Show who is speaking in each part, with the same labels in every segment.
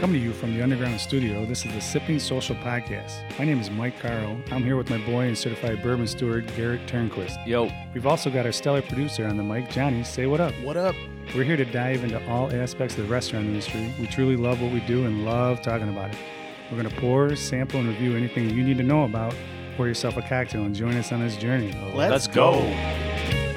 Speaker 1: Coming to you from the Underground Studio, this is the Sipping Social Podcast. My name is Mike Caro. I'm here with my boy and certified bourbon steward, Garrett Turnquist.
Speaker 2: Yo,
Speaker 1: We've also got our stellar producer on the mic, Johnny. Say what up.
Speaker 2: what up?
Speaker 1: We're here to dive into all aspects of the restaurant industry. We truly love what we do and love talking about it. We're going to pour, sample, and review anything you need to know about. Pour yourself a cocktail and join us on this journey.
Speaker 2: Let's,
Speaker 3: Let's
Speaker 2: go.
Speaker 3: go.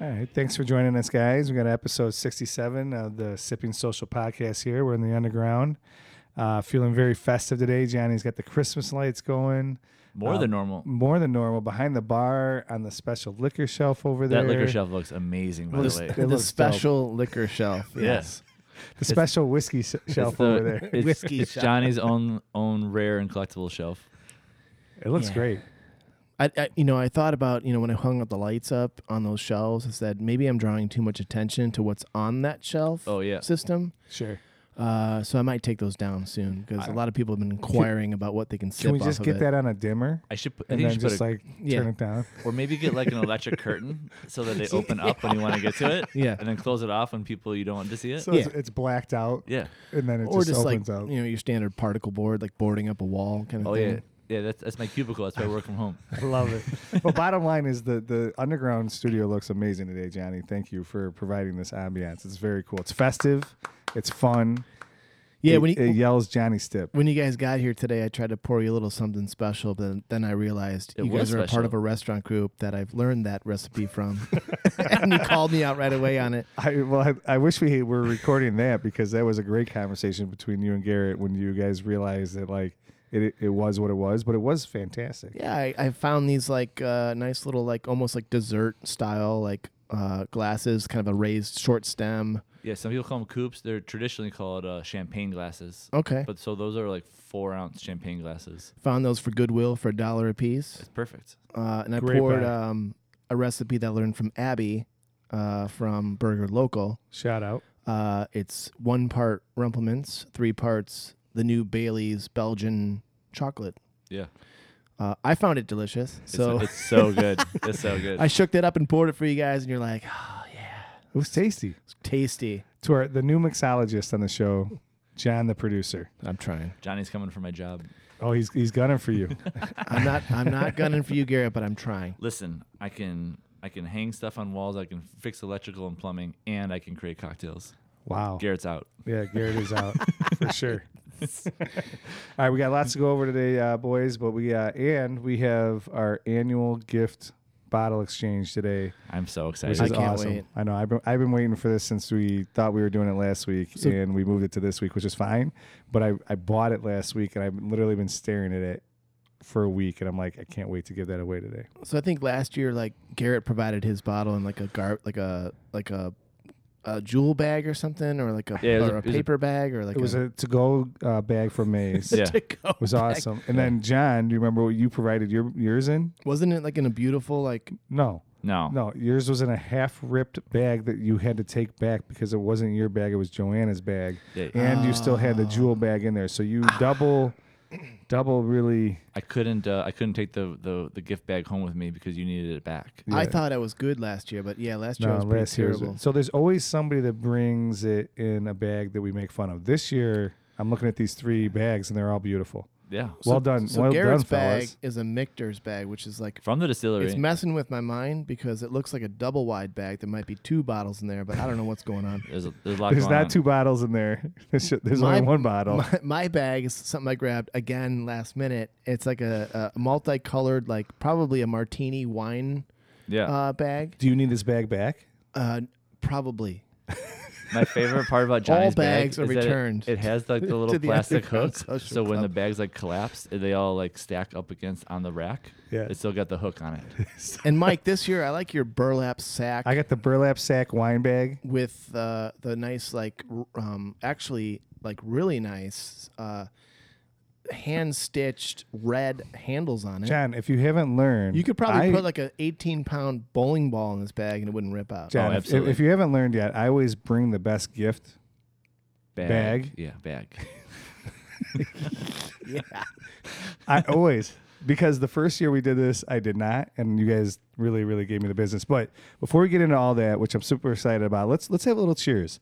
Speaker 1: All right. Thanks for joining us, guys. We got episode 67 of the Sipping Social Podcast here. We're in the underground. Uh, feeling very festive today. Johnny's got the Christmas lights going
Speaker 2: More than
Speaker 1: Um,
Speaker 2: normal.
Speaker 1: more than normal behind the bar on the special liquor shelf over there.
Speaker 2: That liquor shelf looks amazing, by the way.
Speaker 1: It
Speaker 3: the
Speaker 1: looks
Speaker 3: special liquor shelf.
Speaker 2: Yes.
Speaker 1: The special whiskey s-
Speaker 2: It's
Speaker 1: shelf
Speaker 2: the-
Speaker 1: over there.
Speaker 2: It's,
Speaker 3: Whiskey
Speaker 2: it's
Speaker 3: shelf.
Speaker 2: Johnny's own own rare and collectible shelf.
Speaker 1: It looks
Speaker 3: Yeah.
Speaker 1: great.
Speaker 3: I, I, you know, I thought about you know when I hung up the lights up on those shelves. I said maybe I'm drawing too much attention to what's on that shelf.
Speaker 2: Oh, yeah.
Speaker 3: System.
Speaker 1: Sure.
Speaker 3: Uh, so I might take those down soon because a lot of people have been inquiring about what they can sip
Speaker 1: Can we
Speaker 3: off
Speaker 1: just
Speaker 3: of
Speaker 1: get
Speaker 3: it.
Speaker 1: that on a dimmer
Speaker 2: I should put, I
Speaker 1: and
Speaker 2: think you
Speaker 1: then
Speaker 2: should put
Speaker 1: just
Speaker 2: a,
Speaker 1: like
Speaker 3: Yeah.
Speaker 1: turn it down?
Speaker 2: or maybe get like an electric curtain so that they open up when you want to get to it.
Speaker 3: Yeah.
Speaker 2: And then close it off when people you don't want to see it.
Speaker 1: So it's,
Speaker 3: Yeah.
Speaker 1: it's blacked out
Speaker 2: yeah.
Speaker 1: and then it
Speaker 3: or
Speaker 1: just,
Speaker 3: just like
Speaker 1: opens up.
Speaker 3: you know your standard particle board, like boarding up a wall kind of
Speaker 2: Oh
Speaker 3: thing.
Speaker 2: yeah. Yeah, that's that's my cubicle. That's why I work from home.
Speaker 1: I love it. well, bottom line is the, the underground studio looks amazing today, Johnny. Thank you for providing this ambiance. It's very cool. It's festive. It's fun.
Speaker 3: Yeah,
Speaker 1: It,
Speaker 3: when you
Speaker 1: it yells Johnny Stip.
Speaker 3: when you guys got here today, I tried to pour you a little something special, but then, then I realized
Speaker 2: It
Speaker 3: you
Speaker 2: was
Speaker 3: guys are a
Speaker 2: special.
Speaker 3: part of a restaurant group that I've learned that recipe from, and you called me out right away on it.
Speaker 1: I, well, I, I wish we were recording that because that was a great conversation between you and Garrett when you guys realized that like it, it was what it was, but it was fantastic.
Speaker 3: Yeah, I, I found these like uh, nice little like almost like dessert style like uh, glasses, kind of a raised short stem.
Speaker 2: Yeah, some people call them coupes. They're traditionally called uh, champagne glasses.
Speaker 3: Okay,
Speaker 2: But so those are like four ounce champagne glasses.
Speaker 3: found those for Goodwill for a dollar a piece,
Speaker 2: It's perfect.
Speaker 3: uh, and I
Speaker 1: Great
Speaker 3: poured
Speaker 1: buy.
Speaker 3: um, a recipe that I learned from Abby uh, from Burger Local.
Speaker 1: Shout out.
Speaker 3: Uh, it's one part Rumplemans, three parts the new Bailey's Belgian chocolate.
Speaker 2: Yeah.
Speaker 3: Uh, I found it delicious, so
Speaker 2: it's, it's so good. It's so good.
Speaker 3: I shook that up and poured it for you guys, and you're like, oh, yeah,
Speaker 1: It was tasty.
Speaker 3: it's tasty.
Speaker 1: To our the new mixologist on the show, John the producer.
Speaker 3: I'm trying.
Speaker 2: Johnny's coming for my job.
Speaker 1: Oh, he's he's gunning for you.
Speaker 3: I'm not. I'm not gunning for you, Garrett, but I'm trying.
Speaker 2: Listen, I can I can hang stuff on walls, I can fix electrical and plumbing, and I can create cocktails.
Speaker 1: Wow.
Speaker 2: Garrett's out.
Speaker 1: Yeah, Garrett is out for sure. All right, we got lots to go over today, uh, boys. But we uh, and we have our annual gift bottle exchange today.
Speaker 2: I'm so
Speaker 1: Which
Speaker 2: excited.
Speaker 1: is
Speaker 3: I can't
Speaker 1: awesome.
Speaker 3: wait.
Speaker 1: I know. I've been, I've been waiting for this since we thought we were doing it last week,
Speaker 3: So-
Speaker 1: and we moved it to this week, which is fine. But I, I bought it last week, and I've literally been staring at it for a week, and I'm like, I can't wait to give that away today.
Speaker 3: So I think last year, like Garrett provided his bottle in like a gar, like a like a, a jewel bag or something, or like a
Speaker 2: Yeah, it was
Speaker 3: or
Speaker 2: a-
Speaker 3: a,
Speaker 2: it was a-
Speaker 3: paper bag, or like
Speaker 1: It was
Speaker 3: a,
Speaker 1: a to go uh, bag from Maze.
Speaker 2: Yeah.
Speaker 3: to-go
Speaker 1: It was
Speaker 3: bag.
Speaker 1: awesome. And then John, do you remember what you provided your yours in?
Speaker 3: Wasn't it like in a beautiful like?
Speaker 1: No,
Speaker 2: No.
Speaker 1: no, yours was in a half ripped bag that you had to take back because it wasn't your bag; it was Joanna's bag,
Speaker 2: Yeah.
Speaker 1: and you still had the
Speaker 3: Ah.
Speaker 1: jewel bag in there. So you double, double really.
Speaker 2: I couldn't uh, I couldn't take the, the the gift bag home with me because you needed it back.
Speaker 3: I
Speaker 1: Yeah.
Speaker 3: thought I was good last year, but yeah, last year
Speaker 1: No,
Speaker 3: I was pretty
Speaker 1: last year's-
Speaker 3: terrible.
Speaker 1: So there's always somebody that brings it in a bag that we make fun of. This year, I'm looking at these three bags and they're all beautiful.
Speaker 2: Yeah.
Speaker 1: well done,
Speaker 3: So
Speaker 1: well
Speaker 3: Garrett's
Speaker 1: done,
Speaker 3: bag
Speaker 1: fellas.
Speaker 3: is a Michter's bag, which is like
Speaker 2: From the distillery.
Speaker 3: it's messing with my mind because it looks like a double wide bag. There might be two bottles in there, but I don't know what's going on.
Speaker 2: there's a there's a lot
Speaker 1: There's
Speaker 2: going
Speaker 1: not
Speaker 2: on.
Speaker 1: two bottles in there. There's, there's
Speaker 3: My-
Speaker 1: only one bottle.
Speaker 3: My, my bag is something I grabbed again last minute. It's like a, a multicolored, like probably a martini wine
Speaker 2: Yeah.
Speaker 3: uh, bag.
Speaker 1: Do you need this bag back?
Speaker 3: Uh, probably.
Speaker 2: My favorite part about Johnny's bag
Speaker 3: bags are
Speaker 2: is that it-
Speaker 3: returned
Speaker 2: It, has like the little
Speaker 3: to the
Speaker 2: plastic
Speaker 3: Underground
Speaker 2: hook,
Speaker 3: Social
Speaker 2: so when the
Speaker 3: Club.
Speaker 2: bags like collapse, they all like stack up against on the rack.
Speaker 1: Yeah.
Speaker 2: It's still got the hook on it.
Speaker 3: And Mike, this year I like your burlap sack
Speaker 1: I got the burlap sack wine bag.
Speaker 3: with uh, the nice, like, r- um, actually, like really nice uh, hand stitched red handles on it.
Speaker 1: John, if you haven't learned,
Speaker 3: You could probably
Speaker 1: I-
Speaker 3: put like an 18 pound bowling ball in this bag and it wouldn't rip out.
Speaker 1: John,
Speaker 2: Oh,
Speaker 1: if, if
Speaker 2: absolutely.
Speaker 1: you haven't learned yet, I always bring the best gift
Speaker 2: Bag.
Speaker 1: Bag?
Speaker 2: Yeah, bag.
Speaker 3: yeah.
Speaker 1: I always because the first year we did this, I did not, and you guys really, really gave me the business. But before we get into all that, which I'm super excited about, let's let's have a little cheers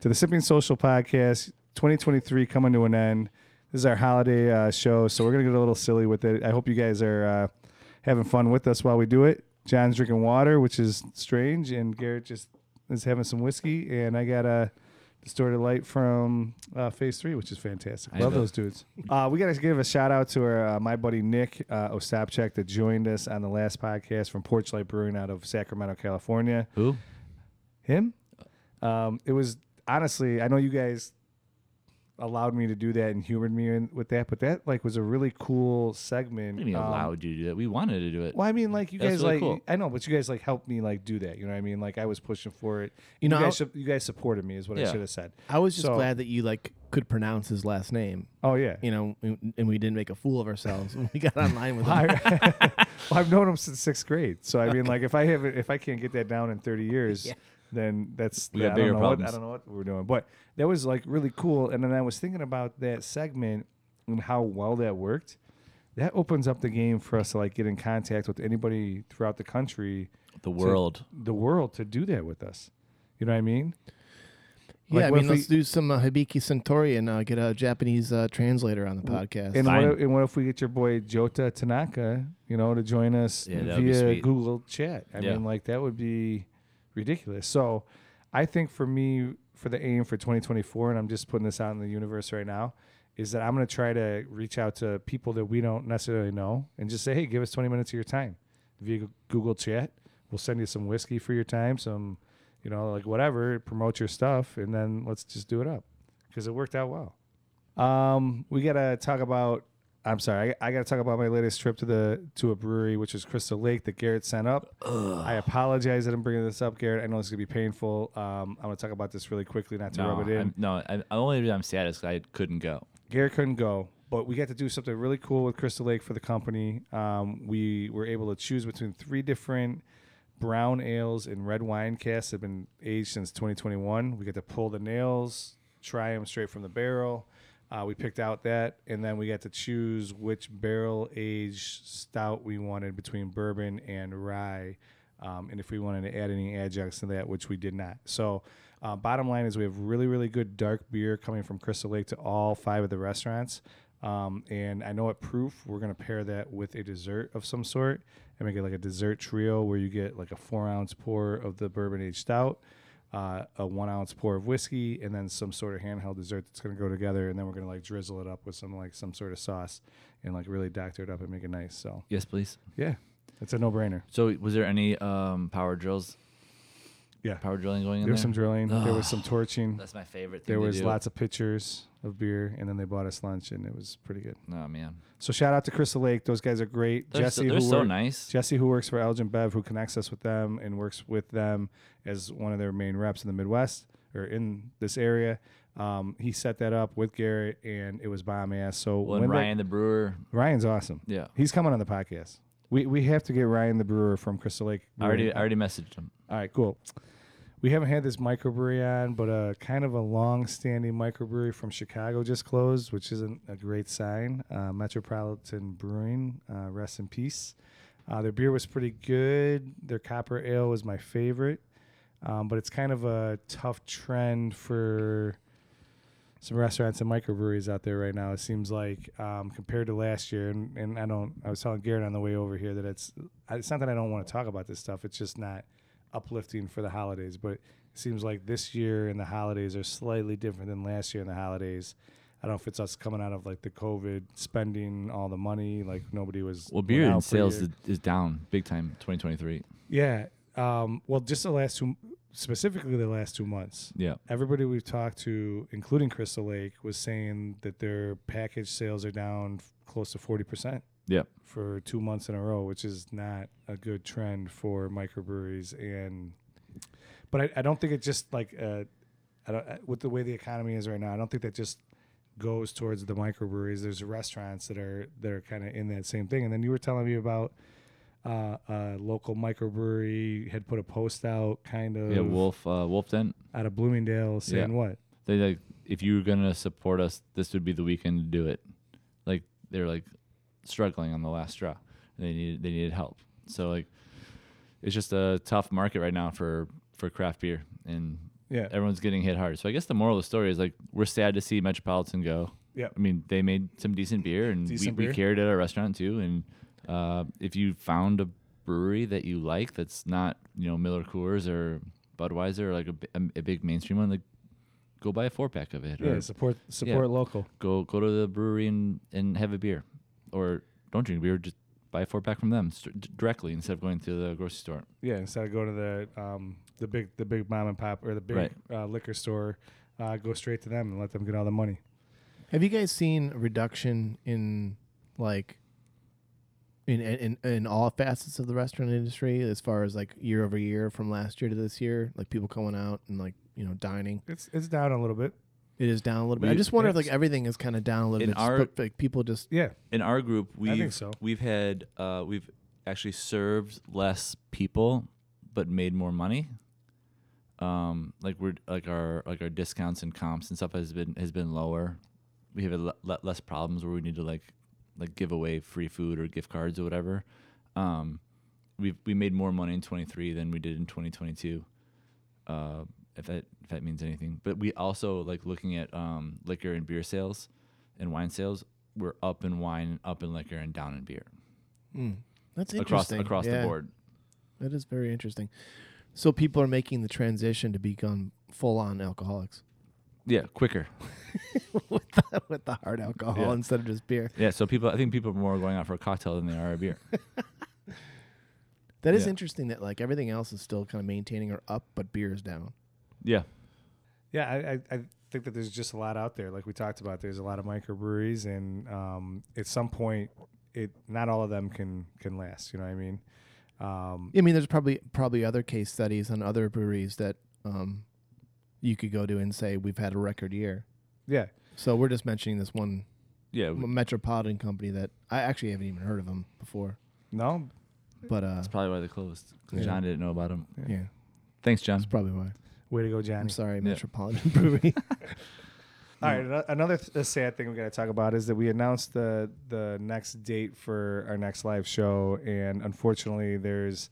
Speaker 1: to the Sipping Social Podcast 2023 coming to an end. This is our holiday uh, show, so we're gonna get a little silly with it. I hope you guys are uh, having fun with us while we do it. John's drinking water, which is strange, and Garrett just is having some whiskey, and I got a. Distorted light from uh, Phase Three, which is fantastic.
Speaker 2: I
Speaker 1: Love
Speaker 2: know.
Speaker 1: those dudes. Uh, we got to give a shout out to our, uh, my buddy Nick uh, Ostapchek that joined us on the last podcast from Porch Light Brewing out of Sacramento, California.
Speaker 2: Who?
Speaker 1: Him? Um, it was honestly, I know you guys allowed me to do that and humored me in, with that, but that like was a really cool segment.
Speaker 2: What do you mean
Speaker 1: Um,
Speaker 2: allowed you to do that? We wanted to do it.
Speaker 1: Well, I mean, like you
Speaker 2: That's
Speaker 1: guys,
Speaker 2: really
Speaker 1: like
Speaker 2: cool.
Speaker 1: I know, but you guys like helped me like do that. You know what I mean? Like I was pushing for it. You,
Speaker 3: You know,
Speaker 1: guys,
Speaker 3: I-
Speaker 1: sup- you guys supported me is what I
Speaker 2: Yeah.
Speaker 1: should have said.
Speaker 3: I was just
Speaker 1: So-
Speaker 3: glad that you like could pronounce his last name.
Speaker 1: Oh yeah.
Speaker 3: You know, and and we didn't make a fool of ourselves when we got online with him.
Speaker 1: I, well, I've known him since sixth grade, so I mean, like, if I have, if I can't get that down in thirty years,
Speaker 3: Yeah.
Speaker 1: then that's
Speaker 2: We got
Speaker 1: I
Speaker 2: bigger
Speaker 1: don't know what, I
Speaker 2: problems.
Speaker 1: don't know what we're doing, but that was like really cool. And then I was thinking about that segment and how well that worked. That opens up the game for us to like get in contact with anybody throughout the country,
Speaker 2: the world.
Speaker 1: the world, to do that with us. You know what I mean?
Speaker 3: Yeah,
Speaker 1: Like,
Speaker 3: I
Speaker 1: what
Speaker 3: mean,
Speaker 1: if
Speaker 3: let's do some uh, Hibiki Centauri and uh, get a Japanese uh, translator on the podcast.
Speaker 1: And what,
Speaker 2: Fine.
Speaker 1: if, and what if we get your boy Jota Tanaka, you know, to join us
Speaker 2: Yeah, that would be
Speaker 1: via
Speaker 2: sweet.
Speaker 1: Google Chat? I
Speaker 2: Yeah.
Speaker 1: mean, like that would be ridiculous. So, I think for me, for the aim for 2024, and I'm just putting this out in the universe right now, is that I'm going to try to reach out to people that we don't necessarily know and just say, hey, give us 20 minutes of your time via Goo- Google Chat. We'll send you some whiskey for your time, some, you know, like whatever, promote your stuff, and then let's just do it up because it worked out well. Um, we gotta talk about. I'm sorry, I, I gotta talk about my latest trip to the to a brewery, which is Crystal Lake that Garrett sent up. I apologize that I'm bringing this up, Garrett. I know this is gonna be painful. Um, I'm gonna talk about this really quickly, not to
Speaker 2: No,
Speaker 1: rub it in.
Speaker 2: I'm, no. I, the only reason I'm sad is 'cause I couldn't go.
Speaker 1: Garrett couldn't go, but we got to do something really cool with Crystal Lake for the company. Um, we were able to choose between three different brown ales and red wine casks that have been aged since 2021. We got to pull the nails, try them straight from the barrel. Uh, we picked out that, and then we got to choose which barrel aged stout we wanted between bourbon and rye um, and if we wanted to add any adjuncts to that, which we did not. So, uh, bottom line is we have really, really good dark beer coming from Crystal Lake to all five of the restaurants. Um, and I know at Proof, we're going to pair that with a dessert of some sort and make it like a dessert trio where you get like a four ounce pour of the bourbon aged stout, uh, a one ounce pour of whiskey, and then some sort of handheld dessert that's going to go together. And then we're going to like drizzle it up with some like some sort of sauce and like really doctor it up and make it nice. So,
Speaker 2: Yes, please.
Speaker 1: yeah, it's a no brainer.
Speaker 2: So, was there any um, power drills?
Speaker 1: Yeah.
Speaker 2: Power drilling going in
Speaker 1: There
Speaker 2: there.
Speaker 1: was some drilling. There was some torching.
Speaker 2: That's my favorite thing.
Speaker 1: There
Speaker 2: to
Speaker 1: was
Speaker 2: do.
Speaker 1: lots of pictures of beer, and then they bought us lunch, and it was pretty good.
Speaker 2: Oh man,
Speaker 1: So shout out to Crystal Lake. Those guys are great.
Speaker 2: they're,
Speaker 1: Jesse,
Speaker 2: so, they're
Speaker 1: who
Speaker 2: so
Speaker 1: work-
Speaker 2: nice.
Speaker 1: Jesse, who works for Elgin Bev, who connects us with them and works with them as one of their main reps in the Midwest or in this area. Um, he set that up with Garrett, and it was bomb ass. So
Speaker 2: Well, and
Speaker 1: when they-
Speaker 2: Ryan the brewer.
Speaker 1: Ryan's awesome.
Speaker 2: Yeah.
Speaker 1: He's coming on the podcast. We, we have to get Ryan the brewer from Crystal Lake.
Speaker 2: I already, I already messaged him.
Speaker 1: All right, cool. We haven't had this microbrewery on, but uh, kind of a long-standing microbrewery from Chicago just closed, which isn't a great sign. Uh, Metropolitan Brewing, uh, rest in peace. Uh, their beer was pretty good. Their copper ale was my favorite, um, but it's kind of a tough trend for some restaurants and microbreweries out there right now. It seems like um, compared to last year, and, and I don't. I was telling Garrett on the way over here that it's. It's not that I don't want to talk about this stuff. It's just not uplifting for the holidays. But it seems like this year and the holidays are slightly different than last year and the holidays. I don't know if it's us coming out of like the COVID spending all the money, like nobody was.
Speaker 2: Well,
Speaker 1: went
Speaker 2: beer
Speaker 1: out
Speaker 2: and
Speaker 1: for a
Speaker 2: sales
Speaker 1: year.
Speaker 2: is, is down big time. 2023.
Speaker 1: Yeah. Um, well, just the last two, specifically the last two months.
Speaker 2: Yeah.
Speaker 1: Everybody we've talked to, including Crystal Lake, was saying that their package sales are down f- close to 40%
Speaker 2: Yeah.
Speaker 1: for two months in a row, which is not a good trend for microbreweries. And, but I, I don't think it just like, uh, I don't, I- with the way the economy is right now, I don't think that just goes towards the microbreweries. There's restaurants that are that are kind of in that same thing. And then you were telling me about uh, a local microbrewery had put a post out, kind of
Speaker 2: Yeah. Wolf. Uh, Wolf Den.
Speaker 1: out of Bloomingdale, saying
Speaker 2: Yeah.
Speaker 1: what?
Speaker 2: they like if you were gonna support us, this would be the weekend to do it. Like they're like struggling on the last straw. They needed they needed help. So like it's just a tough market right now for for craft beer and
Speaker 1: Yeah.
Speaker 2: everyone's getting hit hard. So I guess the moral of the story is like we're sad to see Metropolitan go.
Speaker 1: Yep.
Speaker 2: I mean, they made some decent beer and
Speaker 1: Decent
Speaker 2: we,
Speaker 1: beer.
Speaker 2: we carried it at our restaurant too. And uh, if you found a brewery that you like that's not, you know, Miller Coors or Budweiser or like a, bi- a big mainstream one, like go buy a four pack of it.
Speaker 1: Yeah,
Speaker 2: Or
Speaker 1: support support local.
Speaker 2: go go to the brewery and, and have a beer. Or don't drink beer, just buy a four pack from them st- d- directly instead of going to the grocery store.
Speaker 1: Yeah, instead of going to the um, the big the big mom and pop or the big
Speaker 2: Right.
Speaker 1: uh, liquor store, uh, go straight to them and let them get all the money.
Speaker 3: Have you guys seen a reduction in like in in in all facets of the restaurant industry as far as like year over year from last year to this year, like people going out and like you know dining?
Speaker 1: It's it's down a little bit.
Speaker 3: It is down a little bit. I
Speaker 2: We-
Speaker 3: just wonder if like
Speaker 1: it's-
Speaker 3: everything is kind of down a little
Speaker 2: In
Speaker 3: bit. just
Speaker 2: our-
Speaker 3: put- like people just
Speaker 1: Yeah,
Speaker 2: in our group we've
Speaker 1: think so.
Speaker 2: we've had uh, we've actually served less people but made more money um, like we're like our like our discounts and comps and stuff has been has been lower we have a le- le- less problems where we need to like like give away free food or gift cards or whatever um, we've we made more money in 23 than we did in 2022 uh, if that if that means anything but we also like looking at um, liquor and beer sales and wine sales we're up in wine, up in liquor, and down in beer
Speaker 3: mm, that's
Speaker 2: across
Speaker 3: interesting
Speaker 2: across
Speaker 3: Yeah,
Speaker 2: the board.
Speaker 3: That is very interesting. So people are making the transition to become full on alcoholics
Speaker 2: Yeah, quicker.
Speaker 3: with the, with the hard alcohol
Speaker 2: Yeah.
Speaker 3: instead of just beer.
Speaker 2: Yeah, so people, I think people are more going out for a cocktail than they are a beer.
Speaker 3: That is
Speaker 2: Yeah.
Speaker 3: interesting that like everything else is still kind of maintaining or up, but beer is down.
Speaker 2: yeah,
Speaker 1: yeah. I, I, I think that there's just a lot out there. Like we talked about, there's a lot of microbreweries, and um, at some point, it not all of them can can last. You know what I mean? Um,
Speaker 3: I mean, there's probably probably other case studies on other breweries that um, you could go to and say we've had a record year.
Speaker 1: yeah,
Speaker 3: So we're just mentioning this one
Speaker 2: yeah. we-
Speaker 3: metropolitan company that I actually haven't even heard of them before.
Speaker 1: no,
Speaker 3: But uh,
Speaker 2: That's probably why they closed. 'cause
Speaker 3: Yeah.
Speaker 2: John didn't know about them.
Speaker 3: yeah,
Speaker 2: Thanks, John.
Speaker 3: that's probably why.
Speaker 1: way to go,
Speaker 3: I'm
Speaker 1: Johnny.
Speaker 3: sorry,
Speaker 2: Yeah.
Speaker 3: Metropolitan Brewery.
Speaker 1: All right, ano- another th- sad thing we got to talk about is that we announced the the next date for our next live show, and unfortunately, there's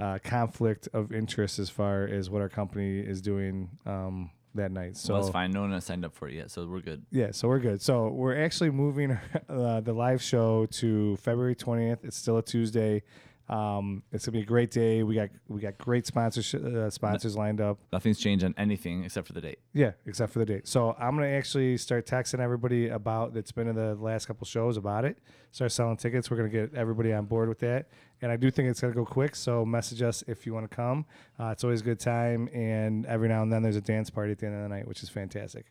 Speaker 1: uh, conflict of interest as far as what our company is doing um, that night. So
Speaker 2: well, that's fine. No one has signed up for it yet, so we're good.
Speaker 1: yeah, so we're good. So we're actually moving uh, the live show to February 20th. It's still a Tuesday. Um, it's gonna be a great day. We got we got great sponsors uh, sponsors lined up.
Speaker 2: Nothing's changed on anything except for the date.
Speaker 1: Yeah, except for the date. So I'm gonna actually start texting everybody about that's been in the last couple shows about it. Start selling tickets. We're gonna get everybody on board with that. And I do think it's gonna go quick. So message us if you want to come. Uh, it's always a good time. And every now and then there's a dance party at the end of the night, which is fantastic.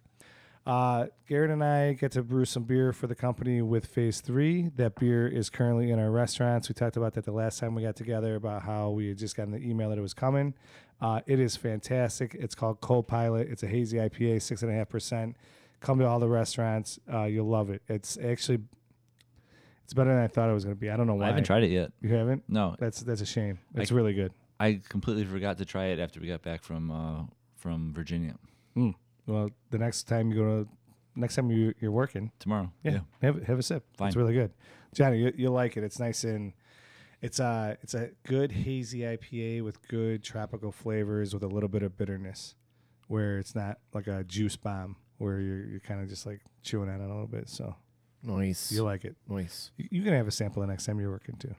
Speaker 1: Uh, Garrett and I get to brew some beer for the company with Phase Three. That beer is currently in our restaurants. We talked about that the last time we got together about how we had just gotten the email that it was coming. Uh, it is fantastic. It's called Copilot. It's a hazy IPA, six and a half percent. Come to all the restaurants. Uh, you'll love it. It's actually it's better than I thought it was going to be. I don't know why.
Speaker 2: I haven't tried it yet.
Speaker 1: You haven't?
Speaker 2: No,
Speaker 1: That's that's a shame.
Speaker 2: I-
Speaker 1: It's really good.
Speaker 2: I completely forgot to try it after we got back from uh, from Virginia
Speaker 1: Well, the next time you go to next time you, you're working,
Speaker 2: tomorrow.
Speaker 1: Yeah, Have, have a sip. It's
Speaker 2: Fine.
Speaker 1: really good, Johnny. You, you'll like it. It's nice and it's a it's a good hazy IPA with good tropical flavors with a little bit of bitterness, where it's not like a juice bomb where you're, you're kind of just like chewing on it a little bit. So
Speaker 3: nice,
Speaker 1: you will like it.
Speaker 3: nice.
Speaker 1: You, you can have a sample the next time you're working too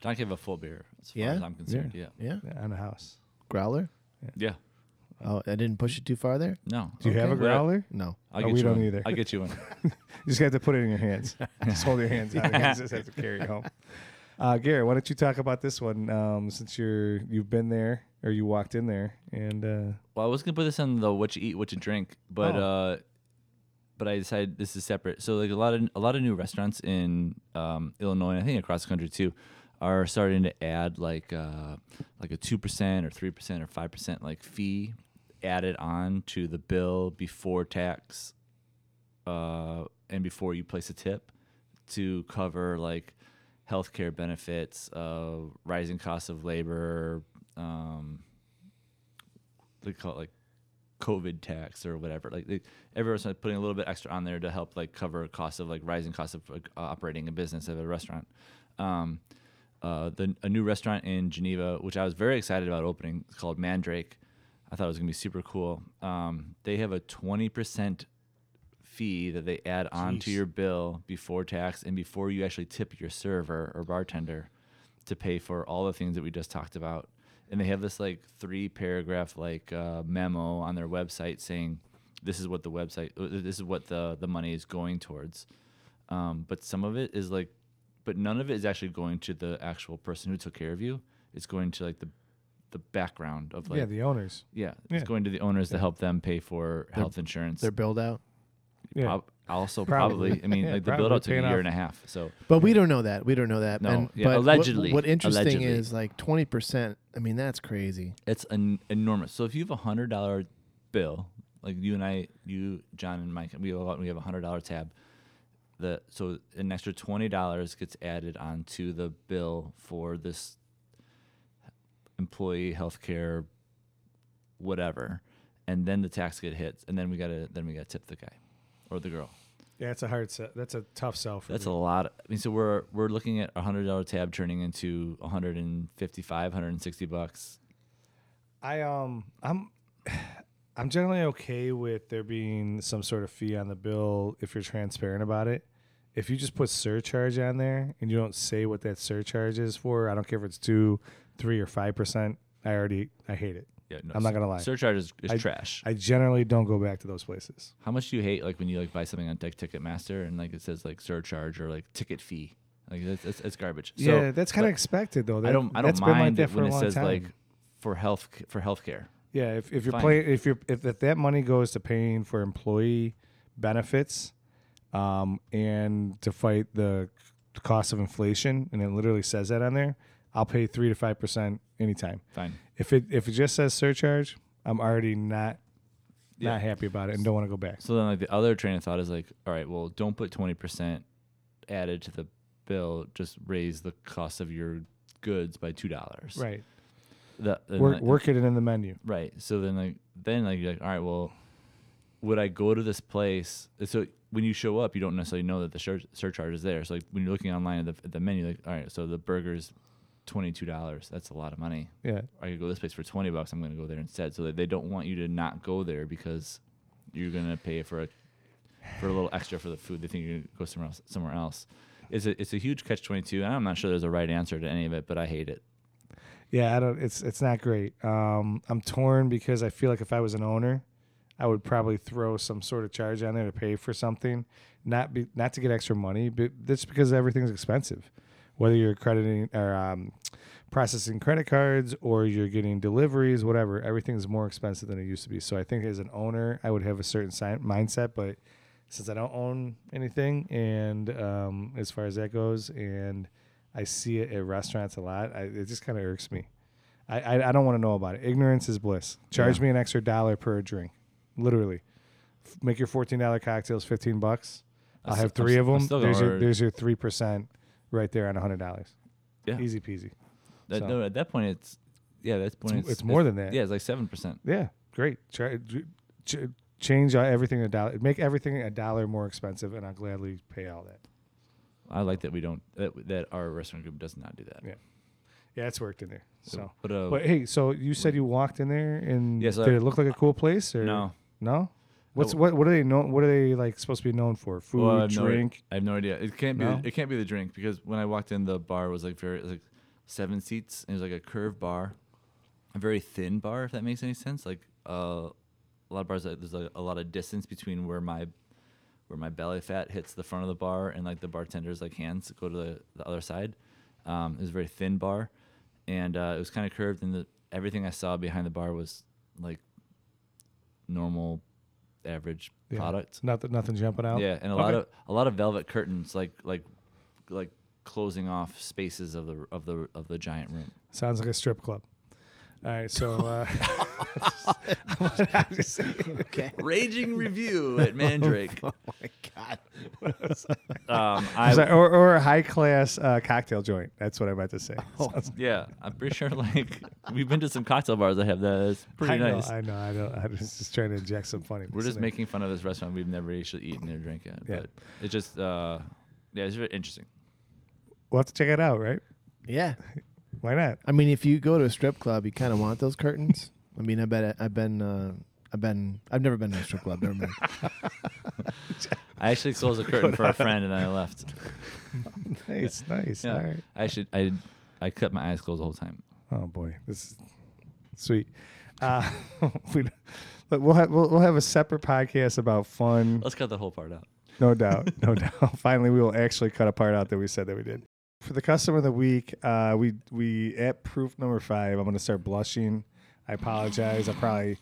Speaker 2: John can have a full beer as far
Speaker 3: Yeah?
Speaker 2: as I'm concerned. Yeah.
Speaker 3: Yeah,
Speaker 1: yeah, on the house.
Speaker 3: growler.
Speaker 2: yeah,
Speaker 3: Oh, I didn't push it too far there.
Speaker 2: No,
Speaker 1: Do you have a
Speaker 2: We're-
Speaker 1: growler?
Speaker 3: No.
Speaker 2: I'll
Speaker 1: No,
Speaker 2: get
Speaker 1: Oh, we
Speaker 2: you
Speaker 1: don't
Speaker 2: one.
Speaker 1: either.
Speaker 2: I'll get you one.
Speaker 1: You just have to put it in your hands. just hold your hands out. You just have to carry it home. Uh, Garrett, why don't you talk about this one um, since you're you've been there or you walked in there and uh,
Speaker 2: Well, I was gonna put this on the what you eat, what you drink, but
Speaker 1: Oh.
Speaker 2: uh, but I decided this is separate. So like a lot of a lot of new restaurants in um, Illinois, and I think across the country too, are starting to add like uh, like a two percent or three percent or five percent like fee added on to the bill before tax, uh, and before you place a tip to cover like healthcare benefits, uh, rising costs of labor. Um, they call it like COVID tax or whatever. Like they, everyone's putting a little bit extra on there to help like cover costs of like rising costs of like, uh, operating a business of a restaurant. Um, uh, the, a new restaurant in Geneva, which I was very excited about opening, it's called Mandrake. I thought it was gonna be super cool. Um, they have a twenty percent fee that they add on to
Speaker 1: Jeez.
Speaker 2: your bill before tax and before you actually tip your server or bartender to pay for all the things that we just talked about. And they have this like three paragraph like uh, memo on their website saying this is what the website uh, this is what the the money is going towards. Um, but some of it is like, but none of it is actually going to the actual person who took care of you. It's going to like the the background of like
Speaker 1: yeah,
Speaker 2: yeah,
Speaker 1: the owners.
Speaker 2: it's
Speaker 1: Yeah.
Speaker 2: going to the owners to help them pay for
Speaker 3: Their-
Speaker 2: health insurance.
Speaker 3: Their build out.
Speaker 1: Yeah.
Speaker 2: Prob- also
Speaker 1: Probably.
Speaker 2: probably. I mean,
Speaker 1: Yeah,
Speaker 2: like the
Speaker 1: probably
Speaker 2: build out took a
Speaker 1: paying
Speaker 2: year
Speaker 1: off.
Speaker 2: and a half. So
Speaker 3: But we don't know that. We don't know that.
Speaker 2: No,
Speaker 3: and,
Speaker 2: yeah,
Speaker 3: but what-
Speaker 2: allegedly,
Speaker 3: What, interesting
Speaker 2: allegedly.
Speaker 3: is like twenty percent. I mean, that's crazy.
Speaker 2: it's an enormous. So if you have a hundred dollar bill, like you and I, you, John and Mike, we have a, we have a hundred dollar tab. The so an extra twenty dollars gets added onto the bill for this employee healthcare, whatever, and then the tax get hit, and then we gotta then we gotta tip the guy or the girl.
Speaker 1: Yeah, it's a hard sell. That's a tough sell for
Speaker 2: That's a
Speaker 1: me.
Speaker 2: lot. I mean, so we're we're looking at a hundred dollar tab turning into 155, 160 bucks.
Speaker 1: I um I'm I'm generally okay with there being some sort of fee on the bill if you're transparent about it. If you just put surcharge on there and you don't say what that surcharge is for, I don't care if it's two, three, or five percent. I already I hate it.
Speaker 2: Yeah, no,
Speaker 1: I'm not gonna lie.
Speaker 2: Surcharge is, is
Speaker 1: I-
Speaker 2: trash.
Speaker 1: I generally don't go back to those places.
Speaker 2: How much do you hate like when you like buy something on like Ticketmaster and like it says like surcharge or like ticket fee? Like that's that's, that's garbage. So
Speaker 1: yeah, that's kind
Speaker 2: but
Speaker 1: of expected though. That,
Speaker 2: I don't I
Speaker 1: that's
Speaker 2: don't
Speaker 1: been like
Speaker 2: mind
Speaker 1: that
Speaker 2: it
Speaker 1: for
Speaker 2: when
Speaker 1: a
Speaker 2: it
Speaker 1: long
Speaker 2: says
Speaker 1: time.
Speaker 2: like for health for healthcare.
Speaker 1: Yeah, if, if you're
Speaker 2: Fine.
Speaker 1: playing, if you're if, if that money goes to paying for employee benefits, um, and to fight the c- cost of inflation, and it literally says that on there, I'll pay three to five percent anytime.
Speaker 2: Fine.
Speaker 1: If it if it just says surcharge, I'm already not
Speaker 2: Yeah.
Speaker 1: not happy about it and don't want to go back.
Speaker 2: So then like the other train of thought is like, all right, well, don't put 20% added to the bill, just raise the cost of your goods by $2.
Speaker 1: Right,
Speaker 2: The, and
Speaker 1: work
Speaker 2: like-
Speaker 1: work it in the menu.
Speaker 2: Right. So then like then like you're like, all right, well, would I go to this place? So when you show up, you don't necessarily know that the sur- surcharge is there. So like when you're looking online at the, at the menu, like all right, so the burger's twenty two dollars. That's a lot of money.
Speaker 1: Yeah,
Speaker 2: I could go to this place for twenty bucks. I'm going to go there instead. So that they don't want you to not go there because you're going to pay for a for a little extra for the food. They think you're going to go somewhere else. Somewhere else. It's a it's a huge catch twenty two, and I'm not sure there's a right answer to any of it, but I hate it.
Speaker 1: Yeah, I don't. It's it's not great. Um, I'm torn because I feel like if I was an owner, I would probably throw some sort of charge on there to pay for something, not be not to get extra money, but that's because everything's expensive. Whether you're crediting or um, processing credit cards or you're getting deliveries, whatever, everything's more expensive than it used to be. So I think as an owner, I would have a certain si- mindset, but since I don't own anything, and um, as far as that goes, and I see it at restaurants a lot. I, it just kind of irks me. I, I, I don't want to know about it. Ignorance is bliss. Charge
Speaker 2: Yeah.
Speaker 1: me an extra dollar per drink, literally. F- Make your fourteen dollar cocktails fifteen bucks. I'll
Speaker 2: I'm
Speaker 1: have
Speaker 2: st- I'm
Speaker 1: three
Speaker 2: st-
Speaker 1: of
Speaker 2: I'm
Speaker 1: them.
Speaker 2: still
Speaker 1: There's
Speaker 2: gonna
Speaker 1: your,
Speaker 2: order-
Speaker 1: there's your three percent right there on hundred dollars.
Speaker 2: Yeah.
Speaker 1: easy peasy.
Speaker 2: That,
Speaker 1: So-
Speaker 2: no, at that point, it's yeah. That's point.
Speaker 1: It's- it's more than that.
Speaker 2: Yeah, it's like seven percent.
Speaker 1: Yeah, great. Char- ch- change uh, everything a dollar. Make everything a dollar more expensive, and I'll gladly pay all that.
Speaker 2: I like that we don't that, that our restaurant group does not do that.
Speaker 1: Yeah. Yeah, it's worked in there. So,
Speaker 2: but, uh,
Speaker 1: but hey, so you said you walked in there, and
Speaker 2: Yeah, so
Speaker 1: did
Speaker 2: I-
Speaker 1: it look like a cool place? Or
Speaker 2: no,
Speaker 1: No. What's
Speaker 2: w-
Speaker 1: what? What are they known? What are they like supposed to be known for? Food,
Speaker 2: Well, I have no idea.
Speaker 1: drink.
Speaker 2: I have no idea. It can't be.
Speaker 1: No?
Speaker 2: It can't be the drink because when I walked in, the bar was like very it was like seven seats and it was like a curved bar, a very thin bar. If that makes any sense, like uh, a lot of bars that there's like a lot of distance between where my where my belly fat hits the front of the bar and like the bartender's like hands go to the, the other side. Um, it was a very thin bar, and uh, it was kind of curved. And the, everything I saw behind the bar was like normal, average
Speaker 1: Yeah.
Speaker 2: product.
Speaker 1: Nothing. Nothing jumping out.
Speaker 2: Yeah, and a lot
Speaker 1: Okay.
Speaker 2: of a lot of velvet curtains, like like like closing off spaces of the of the of the giant room.
Speaker 1: Sounds like a strip club. All right, so uh, I'm just saying.
Speaker 3: Okay.
Speaker 2: Raging review at Mandrake.
Speaker 3: oh my god.
Speaker 2: um, I
Speaker 1: Sorry, or, or a high class uh, cocktail joint. That's what I meant to say. Sounds-
Speaker 2: Oh, yeah, I'm pretty sure like we've been to some cocktail bars that have that. It's pretty
Speaker 1: I know,
Speaker 2: nice.
Speaker 1: I know. I know. I was just trying to inject some funny.
Speaker 2: We're just
Speaker 1: listening.
Speaker 2: making fun of this restaurant we've never actually eaten or drank at.
Speaker 1: Yeah.
Speaker 2: But it's just uh, yeah, it's very interesting.
Speaker 1: We'll have to check it out, right?
Speaker 3: Yeah.
Speaker 1: Why not?
Speaker 3: I mean, if you go to a strip club, you kind of want those curtains. I mean, I bet I've been, uh, I've been, I've never been to a strip club. Never mind.
Speaker 2: I actually closed a curtain for a friend and I left.
Speaker 1: Nice, nice.
Speaker 2: Yeah.
Speaker 1: All right.
Speaker 2: I should I I kept my eyes closed the whole time.
Speaker 1: Oh boy, this is sweet. Uh, we, but we'll have we'll, we'll have a separate podcast about fun.
Speaker 2: Let's cut the whole part out.
Speaker 1: No doubt, no doubt. Finally, we will actually cut a part out that we said that we did. For the customer of the week, uh, we we at proof number five. I'm going to start blushing. I apologize. I'll probably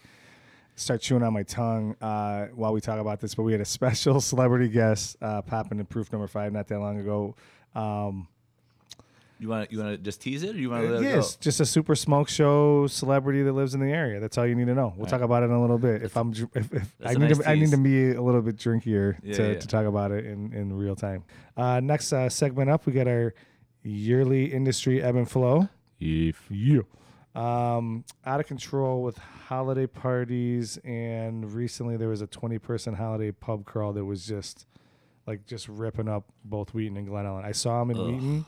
Speaker 1: start chewing on my tongue uh, while we talk about this. But we had a special celebrity guest uh, pop into proof number five not that long ago. Um,
Speaker 2: You want to you want to just tease it or you want to
Speaker 1: Uh,
Speaker 2: let
Speaker 1: Yes,
Speaker 2: it
Speaker 1: just a super smoke show celebrity that lives in the area. That's all you need to know. We'll talk about it in a little bit. If I'm, dr- if, if I
Speaker 2: a
Speaker 1: need
Speaker 2: nice
Speaker 1: to, I need
Speaker 2: tease.
Speaker 1: to be a little bit drinkier
Speaker 2: Yeah,
Speaker 1: to,
Speaker 2: yeah.
Speaker 1: to talk about it in in real time. Uh, next uh, segment up, we got our yearly industry ebb and flow.
Speaker 2: go? If
Speaker 1: You. Um, out of control with holiday parties, and recently there was a 20 person holiday pub crawl that was just like just ripping up both Wheaton and Glen Ellen. I saw him in
Speaker 2: Ugh.
Speaker 1: Wheaton,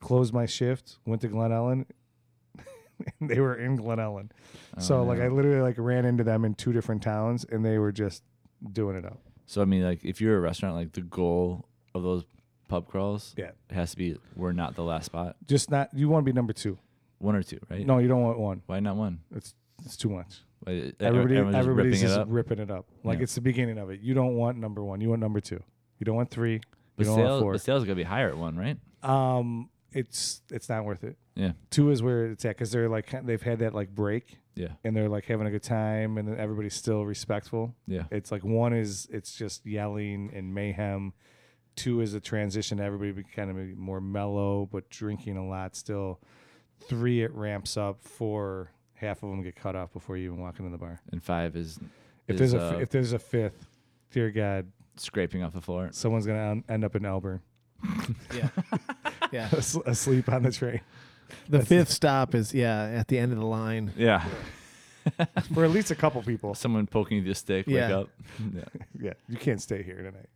Speaker 1: closed my shift, went to Glen Ellen, and they were in Glen Ellen.
Speaker 2: Oh,
Speaker 1: so like I literally like ran into them in two different towns, and they were just doing it up.
Speaker 2: So I mean, like, if you're a restaurant, like the goal of those pub crawls,
Speaker 1: Yeah.
Speaker 2: it has to be we're not the last spot,
Speaker 1: Just not you want to be number two.
Speaker 2: one or two, right?
Speaker 1: No, you don't want one.
Speaker 2: Why not one?
Speaker 1: It's it's too much.
Speaker 2: Why- e-
Speaker 1: Everybody,
Speaker 2: everyone's just
Speaker 1: everybody's
Speaker 2: ripping
Speaker 1: just
Speaker 2: it up.
Speaker 1: ripping it up. Like
Speaker 2: Yeah.
Speaker 1: it's the beginning of it. You don't want number one. You want number two. You don't want three.
Speaker 2: but
Speaker 1: you don't
Speaker 2: sales,
Speaker 1: want
Speaker 2: but sales are gonna be higher at one, right?
Speaker 1: four. Um, it's it's not worth it.
Speaker 2: Yeah,
Speaker 1: Two is where it's at because they're like kind- they've had that like break
Speaker 2: yeah,
Speaker 1: and they're like having a good time and then everybody's still respectful.
Speaker 2: yeah.
Speaker 1: It's like one is it's just yelling and mayhem. Two is a transition. Everybody be kind of maybe more mellow, but drinking a lot still. Three it ramps up. Four half of them get cut off before you even walk into the bar.
Speaker 2: And five is
Speaker 1: If
Speaker 2: is,
Speaker 1: there's a
Speaker 2: uh,
Speaker 1: if there's a fifth, dear God,
Speaker 2: scraping off the floor.
Speaker 1: someone's gonna un- end up in Elburn,
Speaker 3: yeah. Yeah.
Speaker 1: as- asleep on the train,
Speaker 3: The fifth stop is, yeah, at the end of the line.
Speaker 2: Yeah,
Speaker 1: for at least a couple people.
Speaker 2: someone poking you with a stick. Wake
Speaker 3: Yeah.
Speaker 2: up. yeah.
Speaker 1: Yeah, you can't stay here tonight.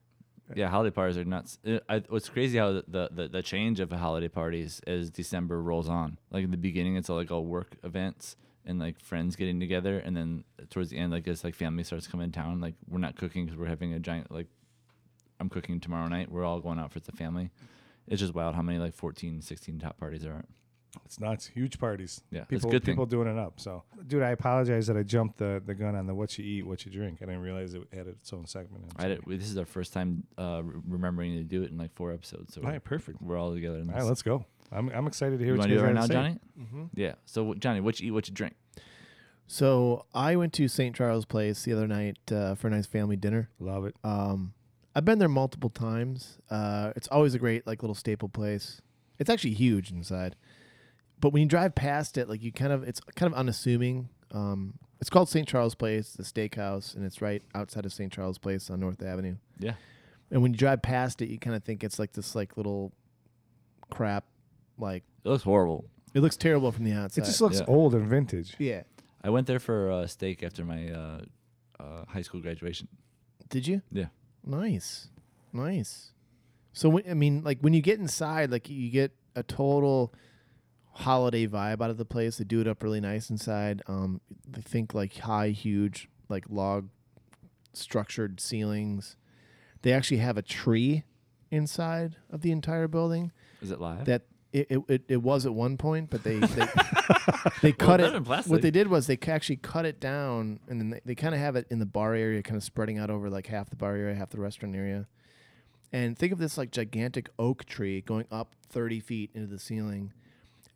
Speaker 2: yeah, holiday parties are nuts. Uh, I, what's crazy how the, the, the, the change of holiday parties as December rolls on. Like in the beginning, it's all like all work events and like friends getting together, and then towards the end, like it's like family starts coming in town. Like we're not cooking because we're having a giant like I'm cooking tomorrow night. We're all going out for the family. It's just wild how many like 14, 16 top parties there are.
Speaker 1: It's nuts. Huge parties.
Speaker 2: Yeah, it's a
Speaker 1: people
Speaker 2: good thing.
Speaker 1: people doing it up. So, dude, I apologize that I jumped the, the gun on the what you eat, what you drink. I didn't realize it had its own segment. I'm
Speaker 2: I
Speaker 1: sorry.
Speaker 2: did, we- this is our first time uh, re- remembering to do it in like four episodes. So
Speaker 1: All
Speaker 2: we're,
Speaker 1: right, perfect.
Speaker 2: we're all together. In
Speaker 1: All
Speaker 2: this.
Speaker 1: right, let's go. I'm, I'm excited to hear
Speaker 2: you
Speaker 1: what
Speaker 2: want
Speaker 1: you
Speaker 2: to do
Speaker 1: guys
Speaker 2: it right
Speaker 1: have
Speaker 2: now,
Speaker 1: to say.
Speaker 2: Johnny? Yeah. So what- Johnny, what you eat, what you drink?
Speaker 3: So I went to St. Charles Place the other night uh, for a nice family dinner.
Speaker 1: Love it.
Speaker 3: Um, I've been there multiple times. Uh, it's always a great like little staple place. It's actually huge inside, but when you drive past it, like you kind of it's kind of unassuming. Um, it's called St. Charles Place, the steakhouse, and it's right outside of St. Charles Place on North Avenue.
Speaker 2: Yeah.
Speaker 3: And when you drive past it, you kind of think it's like this like little crap. Like
Speaker 2: It looks horrible.
Speaker 3: it looks terrible from the outside.
Speaker 1: It just looks
Speaker 2: yeah.
Speaker 1: old and vintage.
Speaker 3: yeah.
Speaker 2: I went there for a steak after my uh, uh, high school graduation.
Speaker 3: Did you?
Speaker 2: Yeah.
Speaker 3: Nice, nice. So when, I mean, like when you get inside, like you get a total holiday vibe out of the place. They do it up really nice inside. Um, they think like high, huge, like log structured ceilings. They actually have a tree inside of the entire building
Speaker 2: Is it live?
Speaker 3: that it, it, it, it was at one point, but they they, they cut
Speaker 2: better than
Speaker 3: it.
Speaker 2: plastic.
Speaker 3: What they did was they ca- actually cut it down, and then they, they kind of have it in the bar area, kind of spreading out over like half the bar area, half the restaurant area. And think of this like gigantic oak tree going up 30 feet into the ceiling,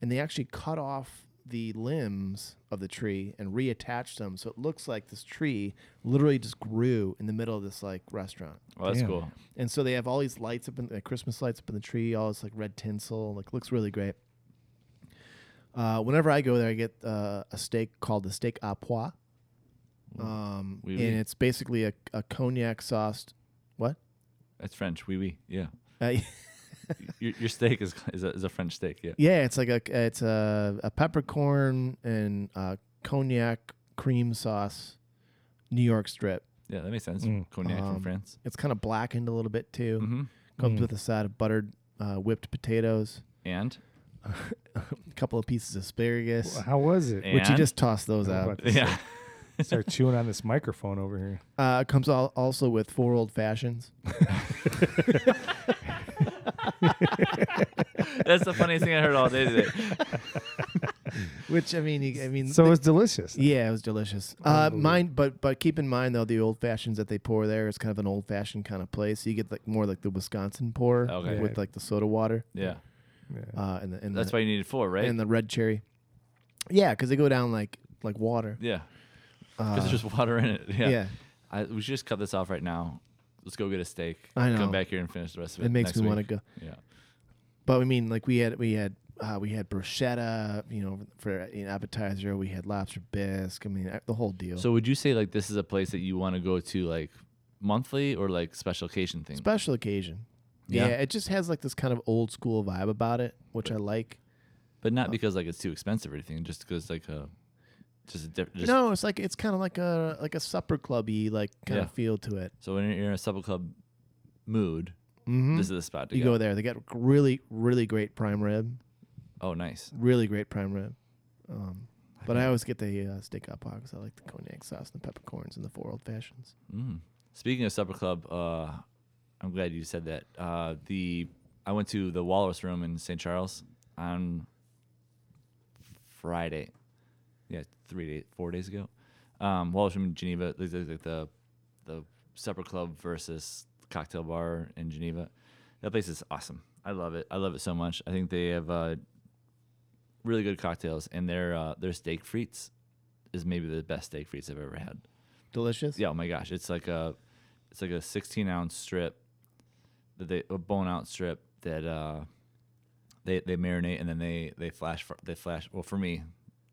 Speaker 3: and they actually cut off the limbs of the tree and reattached them, so it looks like this tree literally just grew in the middle of this like restaurant.
Speaker 2: oh, that's
Speaker 1: Damn.
Speaker 2: cool.
Speaker 3: And so they have all these lights up in the Christmas lights up in the tree, all this like red tinsel, like looks really great. Uh, whenever I go there, I get uh, a steak called the steak à pois, um,
Speaker 2: Mm. Oui, oui.
Speaker 3: and it's basically a, a cognac sauced. What?
Speaker 2: That's French. Oui, oui. Yeah.
Speaker 3: Uh,
Speaker 2: your, your steak is is a, is a French steak. Yeah.
Speaker 3: yeah, it's like a it's a, a peppercorn and uh cognac cream sauce, New York strip.
Speaker 2: Yeah, that makes sense.
Speaker 1: Mm.
Speaker 2: Cognac
Speaker 3: Um,
Speaker 2: from France.
Speaker 3: It's kind of blackened a little bit too.
Speaker 2: hmm
Speaker 3: Comes
Speaker 1: Mm.
Speaker 3: with a side of buttered uh, whipped potatoes,
Speaker 2: And
Speaker 3: a couple of pieces of asparagus,
Speaker 1: How was it?
Speaker 2: And-
Speaker 3: which you just toss those
Speaker 1: I'm
Speaker 3: out.
Speaker 1: about to
Speaker 2: yeah,
Speaker 1: Start chewing on this microphone over here.
Speaker 3: Uh, it comes al- also with four old fashions.
Speaker 2: that's the funniest thing I heard all day today.
Speaker 3: Which I mean, you- I mean,
Speaker 1: So it's delicious.
Speaker 3: Yeah, it was delicious. Uh, mine, but but keep in mind though, the old fashions that they pour there is kind of an old fashioned kind of place. You get like more like the Wisconsin pour
Speaker 2: Okay.
Speaker 3: with like the soda water
Speaker 2: Yeah,
Speaker 1: Yeah.
Speaker 3: uh, and the and
Speaker 2: that's
Speaker 3: the,
Speaker 2: why you needed four, right?
Speaker 3: and the red cherry. Yeah, because they go down like like water.
Speaker 2: yeah,
Speaker 3: Uh,
Speaker 2: because there's water in it. Yeah.
Speaker 3: yeah.
Speaker 2: I, we should just cut this off right now. Let's go get a steak.
Speaker 3: I know.
Speaker 2: Come back here and finish the rest of it.
Speaker 3: it makes
Speaker 2: next
Speaker 3: me want to
Speaker 2: week.
Speaker 3: go.
Speaker 2: Yeah.
Speaker 3: But I mean, like we had we had uh, we had bruschetta, you know, for an appetizer. We had lobster bisque. I mean, uh, the whole deal.
Speaker 2: So would you say like this is a place that you want to go to like monthly or like special occasion thing?
Speaker 3: special occasion.
Speaker 2: Yeah.
Speaker 3: yeah, it just has like this kind of old school vibe about it, which I like.
Speaker 2: but
Speaker 3: uh,
Speaker 2: not because like it's too expensive or anything. Just because like a just a diff- just
Speaker 3: no, it's like it's kind of like a like a supper clubby like kind
Speaker 2: Yeah.
Speaker 3: of feel to it.
Speaker 2: So when you're in a supper club mood,
Speaker 3: Mm-hmm.
Speaker 2: this is the spot to
Speaker 3: you
Speaker 2: go.
Speaker 3: go there. They got really really great prime rib,
Speaker 2: Oh, nice.
Speaker 3: really great prime rib. Um, but I always get the uh, steak hot pot 'cause I like the cognac sauce and the peppercorns and the four old fashions.
Speaker 2: Mm. Speaking of supper club, uh, I'm glad you said that. Uh, the I went to the Walrus Room in St. Charles on Friday. Yeah, three days, four days ago. Um, Walrus Room in Geneva, like, like like the the supper club versus cocktail bar in Geneva. That place is awesome. I love it. I love it so much. I think they have uh, really good cocktails, and their uh, their steak frites is maybe the best steak frites I've ever had.
Speaker 3: Delicious.
Speaker 2: Yeah, oh my gosh, it's like a it's like a 16 ounce strip that they a bone out strip that uh they they marinate and then they they flash fr- they flash well for me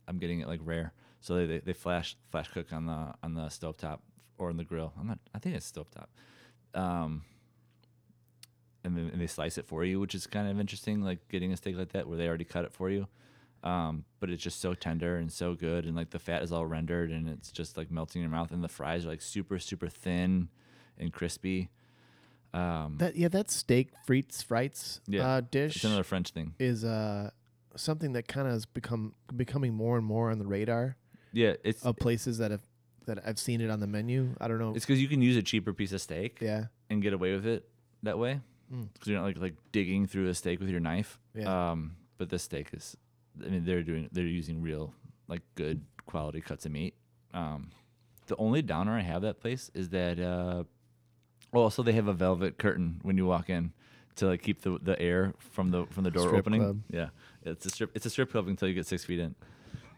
Speaker 2: I'm getting it like rare so they, they, they flash flash cook on the on the stovetop or on the grill I'm not I think it's stovetop um and then and they slice it for you which is kind of interesting like getting a steak like that where they already cut it for you um, but it's just so tender and so good and like the fat is all rendered and it's just like melting in your mouth and the fries are like super super thin and crispy um
Speaker 3: That yeah, that steak frites frites
Speaker 2: Yeah.
Speaker 3: uh, dish
Speaker 2: it's another french thing
Speaker 3: is uh something that kind of has become becoming more and more on the radar
Speaker 2: yeah it's
Speaker 3: of places that have that I've seen it on the menu. I don't know.
Speaker 2: it's because you can use a cheaper piece of steak
Speaker 3: yeah.
Speaker 2: and get away with it that way
Speaker 3: Mm.
Speaker 2: because you're not like like digging through a steak with your knife
Speaker 3: Yeah.
Speaker 2: um but this steak is i mean they're doing they're using real like good quality cuts of meat um the only downer i have that place is that uh well also they have a velvet curtain when you walk in to like keep the the air from the from the door
Speaker 3: Strip
Speaker 2: opening
Speaker 3: club.
Speaker 2: yeah it's a strip it's a strip club until you get six feet in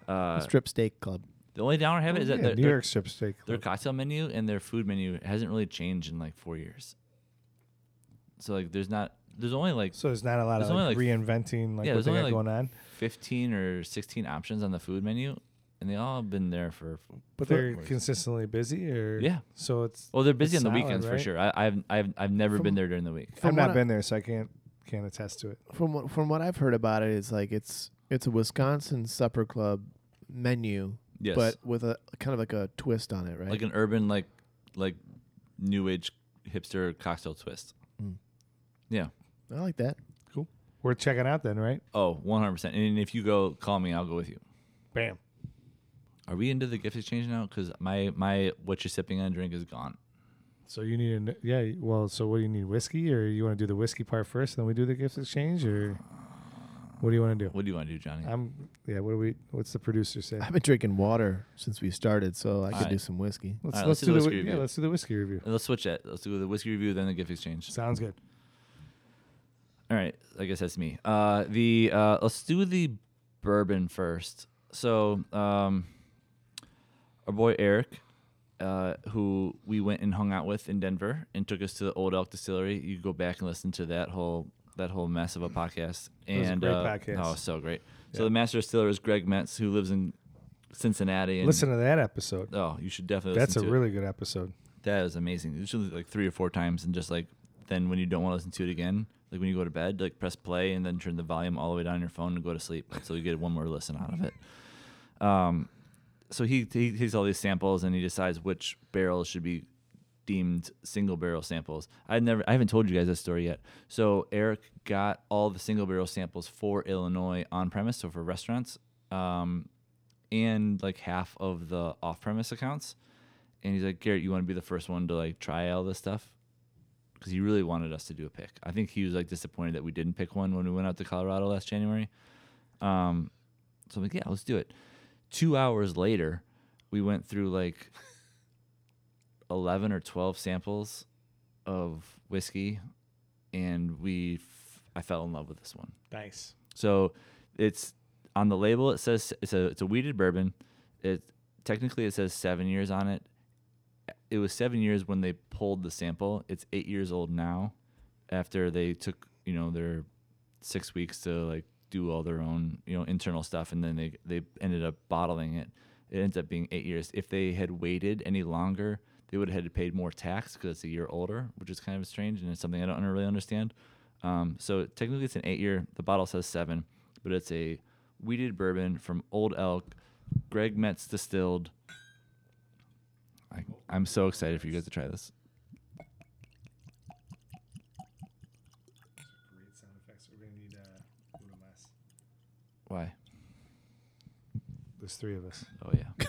Speaker 2: uh
Speaker 3: Strip steak club.
Speaker 2: the only downer i have is
Speaker 1: Oh,
Speaker 2: that
Speaker 1: Yeah,
Speaker 2: they're-
Speaker 1: New
Speaker 2: they're-
Speaker 1: York strip steak.
Speaker 2: their
Speaker 1: club.
Speaker 2: cocktail menu and their food menu hasn't really changed in like four years. So like, there's not, there's only like
Speaker 1: So there's not a lot
Speaker 2: There's
Speaker 1: of
Speaker 2: only,
Speaker 1: like,
Speaker 2: like,
Speaker 1: reinventing like
Speaker 2: yeah,
Speaker 1: what
Speaker 2: there's
Speaker 1: they got
Speaker 2: only, like,
Speaker 1: going on.
Speaker 2: 15 or 16 options on the food menu, and they all have been there for.
Speaker 1: But
Speaker 2: four
Speaker 1: they're
Speaker 2: years.
Speaker 1: consistently busy or
Speaker 2: Yeah.
Speaker 1: So it's
Speaker 2: Well, they're busy
Speaker 1: It's
Speaker 2: on the
Speaker 1: solid,
Speaker 2: weekends for
Speaker 1: right?
Speaker 2: sure. I, I've, I've, I've never
Speaker 3: From-
Speaker 2: been there during the week.
Speaker 3: From
Speaker 1: I've
Speaker 3: what
Speaker 1: not
Speaker 3: I-
Speaker 1: been there so I can't can't attest to it.
Speaker 3: From what from what I've heard about it, it's like it's it's a Wisconsin supper club menu,
Speaker 2: Yes,
Speaker 3: but with a kind of like a twist on it, right?
Speaker 2: like an urban, like, like, new age hipster cocktail twist.
Speaker 3: Mm.
Speaker 2: Yeah.
Speaker 3: I like that.
Speaker 1: We're checking out then, right?
Speaker 2: Oh, 100 percent. And if you go, call me. I'll go with you.
Speaker 1: Bam.
Speaker 2: Are we into the gift exchange now? Because my my what you're sipping on drink is gone.
Speaker 1: So you need a yeah. Well, so what do you need? Whiskey, or you want to do the whiskey part first, then we do the gift exchange, or what do you want to do?
Speaker 2: What do you want to do, Johnny?
Speaker 1: I'm yeah. What do we? What's the producer say?
Speaker 3: I've been drinking water since we started, so I could
Speaker 2: Alright.
Speaker 3: do some whiskey.
Speaker 1: Let's,
Speaker 2: All right,
Speaker 1: let's
Speaker 2: let's do
Speaker 1: do,
Speaker 2: the
Speaker 1: the
Speaker 2: whiskey
Speaker 1: whi- yeah.
Speaker 2: review.
Speaker 1: Let's do the whiskey review.
Speaker 2: Let's switch that. Let's do the whiskey review, then the gift exchange.
Speaker 1: Sounds good.
Speaker 2: All right, I guess that's me. Uh, the uh, let's do the bourbon first. So, um, our boy Eric, uh, who we went and hung out with in Denver, and took us to the Old Elk Distillery. You go back and listen to that whole that whole mess of a
Speaker 1: was
Speaker 2: podcast.
Speaker 1: a
Speaker 2: And
Speaker 1: great
Speaker 2: uh,
Speaker 1: podcast.
Speaker 2: oh, so great.
Speaker 1: Yeah.
Speaker 2: So the master distiller is Greg Metz, who lives in Cincinnati. And,
Speaker 1: Listen to that episode.
Speaker 2: Oh, you should definitely.
Speaker 1: That's a
Speaker 2: listen to it.
Speaker 1: really good episode.
Speaker 2: That is amazing. Usually like three or four times and just like then when you don't want to listen to it again, like when you go to bed, like press play and then turn the volume all the way down on your phone and go to sleep. So you get one more listen out of it. Um, so he, he takes all these samples and he decides which barrels should be deemed single barrel samples. I never, I haven't told you guys this story yet. So Eric got all the single barrel samples for Illinois on premise, so for restaurants, um, and like half of the off premise accounts. And he's like, Garrett, you want to be the first one to like try all this stuff? Because he really wanted us to do a pick. I think he was like disappointed that we didn't pick one when we went out to Colorado last January. Um, so I'm like, yeah, let's do it. Two hours later, we went through like 11 or 12 samples of whiskey and we f- I fell in love with this one.
Speaker 1: Nice.
Speaker 2: So it's on the label it says it's a it's a weeded bourbon. It technically it says 7 years on it. It was 7 years when they pulled the sample. It's 8 years old now after they took, you know, their 6 weeks to like do all their own, you know, internal stuff and then they they ended up bottling it. It ends up being 8 years. If they had waited any longer, they would have had to pay more tax because it's a year older, which is kind of strange and it's something I don't really understand. Um, so technically, it's an eight year. The bottle says seven, but it's a weeded bourbon from Old Elk, Greg Metz distilled. I, I'm so excited for you guys to try this.
Speaker 1: Great sound effects. We're gonna need uh, uno mas.
Speaker 2: Why?
Speaker 1: There's three of us.
Speaker 2: Oh yeah.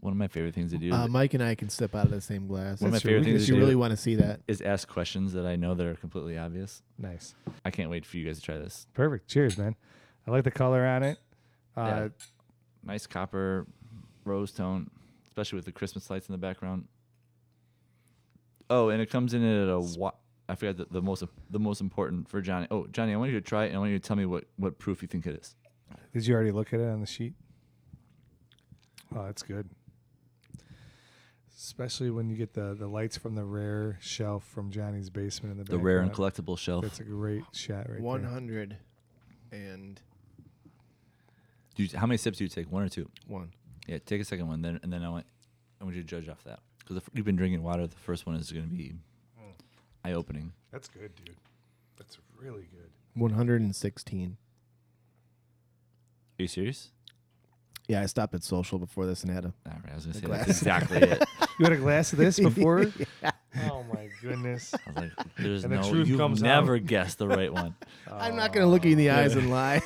Speaker 2: One of my favorite things to do
Speaker 3: Uh, Mike and I can step out of the same glass.
Speaker 2: One of my
Speaker 3: That's
Speaker 2: favorite
Speaker 3: really-
Speaker 2: things
Speaker 3: if
Speaker 2: to
Speaker 3: you
Speaker 2: do-
Speaker 3: really want to see that.
Speaker 2: is ask questions that I know that are completely obvious.
Speaker 1: Nice.
Speaker 2: I can't wait for you guys to try this.
Speaker 1: Perfect. Cheers, man. I like the color on it.
Speaker 2: Yeah.
Speaker 1: Uh,
Speaker 2: Nice copper rose tone, especially with the Christmas lights in the background. Oh, and it comes in at a wa- I forgot the, the most the most important for Johnny. Oh, Johnny, I want you to try it and I want you to tell me what what proof you think it is.
Speaker 1: Did you already look at it on the sheet? Oh, that's good. Especially when you get the the lights from the rare shelf from Johnny's basement in the
Speaker 2: The rare and
Speaker 1: background.
Speaker 2: collectible shelf.
Speaker 1: That's a great shot right
Speaker 3: One
Speaker 1: there.
Speaker 3: hundred and
Speaker 2: Do you, how many sips do you take? One or two?
Speaker 3: one.
Speaker 2: Yeah, take a second one, then and then I want I want you to judge off that because if you've been drinking water, the first one is going to be
Speaker 1: Mm.
Speaker 2: eye opening.
Speaker 1: That's good, dude. That's really good.
Speaker 3: One hundred and sixteen.
Speaker 2: Are you serious?
Speaker 3: Yeah, I stopped at social before this and had a
Speaker 2: All right, I was going to
Speaker 3: The
Speaker 2: say that's
Speaker 3: glass.
Speaker 2: exactly it.
Speaker 1: You had a glass of this before? Oh my goodness.
Speaker 2: I was like, "There's
Speaker 1: And the
Speaker 2: no,
Speaker 1: truth
Speaker 2: you've
Speaker 1: comes out.
Speaker 2: never guessed the right one."
Speaker 3: I'm not gonna look you in
Speaker 1: Oh,
Speaker 3: the eyes and lie.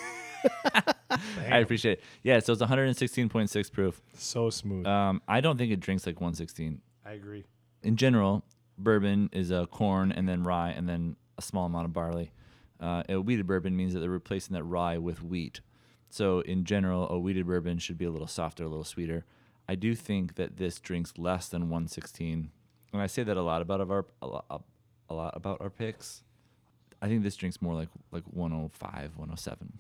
Speaker 2: I appreciate it. Yeah, so it's 116.6 proof.
Speaker 1: So smooth.
Speaker 3: Uh,
Speaker 2: Um, I don't think it drinks like 116.
Speaker 1: I agree.
Speaker 2: In general, bourbon is a corn and then rye and then a small amount of barley. Uh, a weeded bourbon means that they're replacing that rye with wheat. So in general, a weeded bourbon should be a little softer, a little sweeter. I do think that this drinks less than 116, and I say that a lot about of our a lot, a lot about our picks. I think this drinks more like like 105, 107.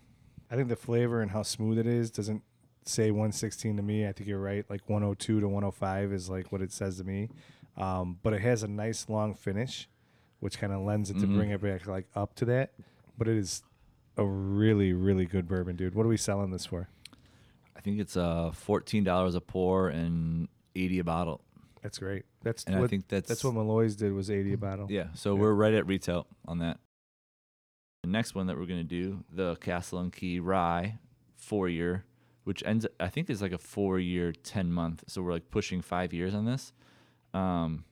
Speaker 1: I think the flavor and how smooth it is doesn't say 116 to me. I think you're right. Like 102 to 105 is like what it says to me. Um, but it has a nice long finish, which kind of lends it to
Speaker 2: Mm-hmm.
Speaker 1: bring it back like up to that. But it is a really, really good bourbon, dude. What are we selling this for?
Speaker 2: I think it's uh fourteen dollars a pour and eighty a bottle.
Speaker 1: That's great. That's
Speaker 2: And I
Speaker 1: what,
Speaker 2: think that's-
Speaker 1: what Malloy's did was 80 a bottle.
Speaker 2: Yeah, so we're right at retail on that. The next one that we're gonna do, the Castle and Key Rye four year, which ends I think is like a four year, ten month. So we're like pushing five years on this. Um,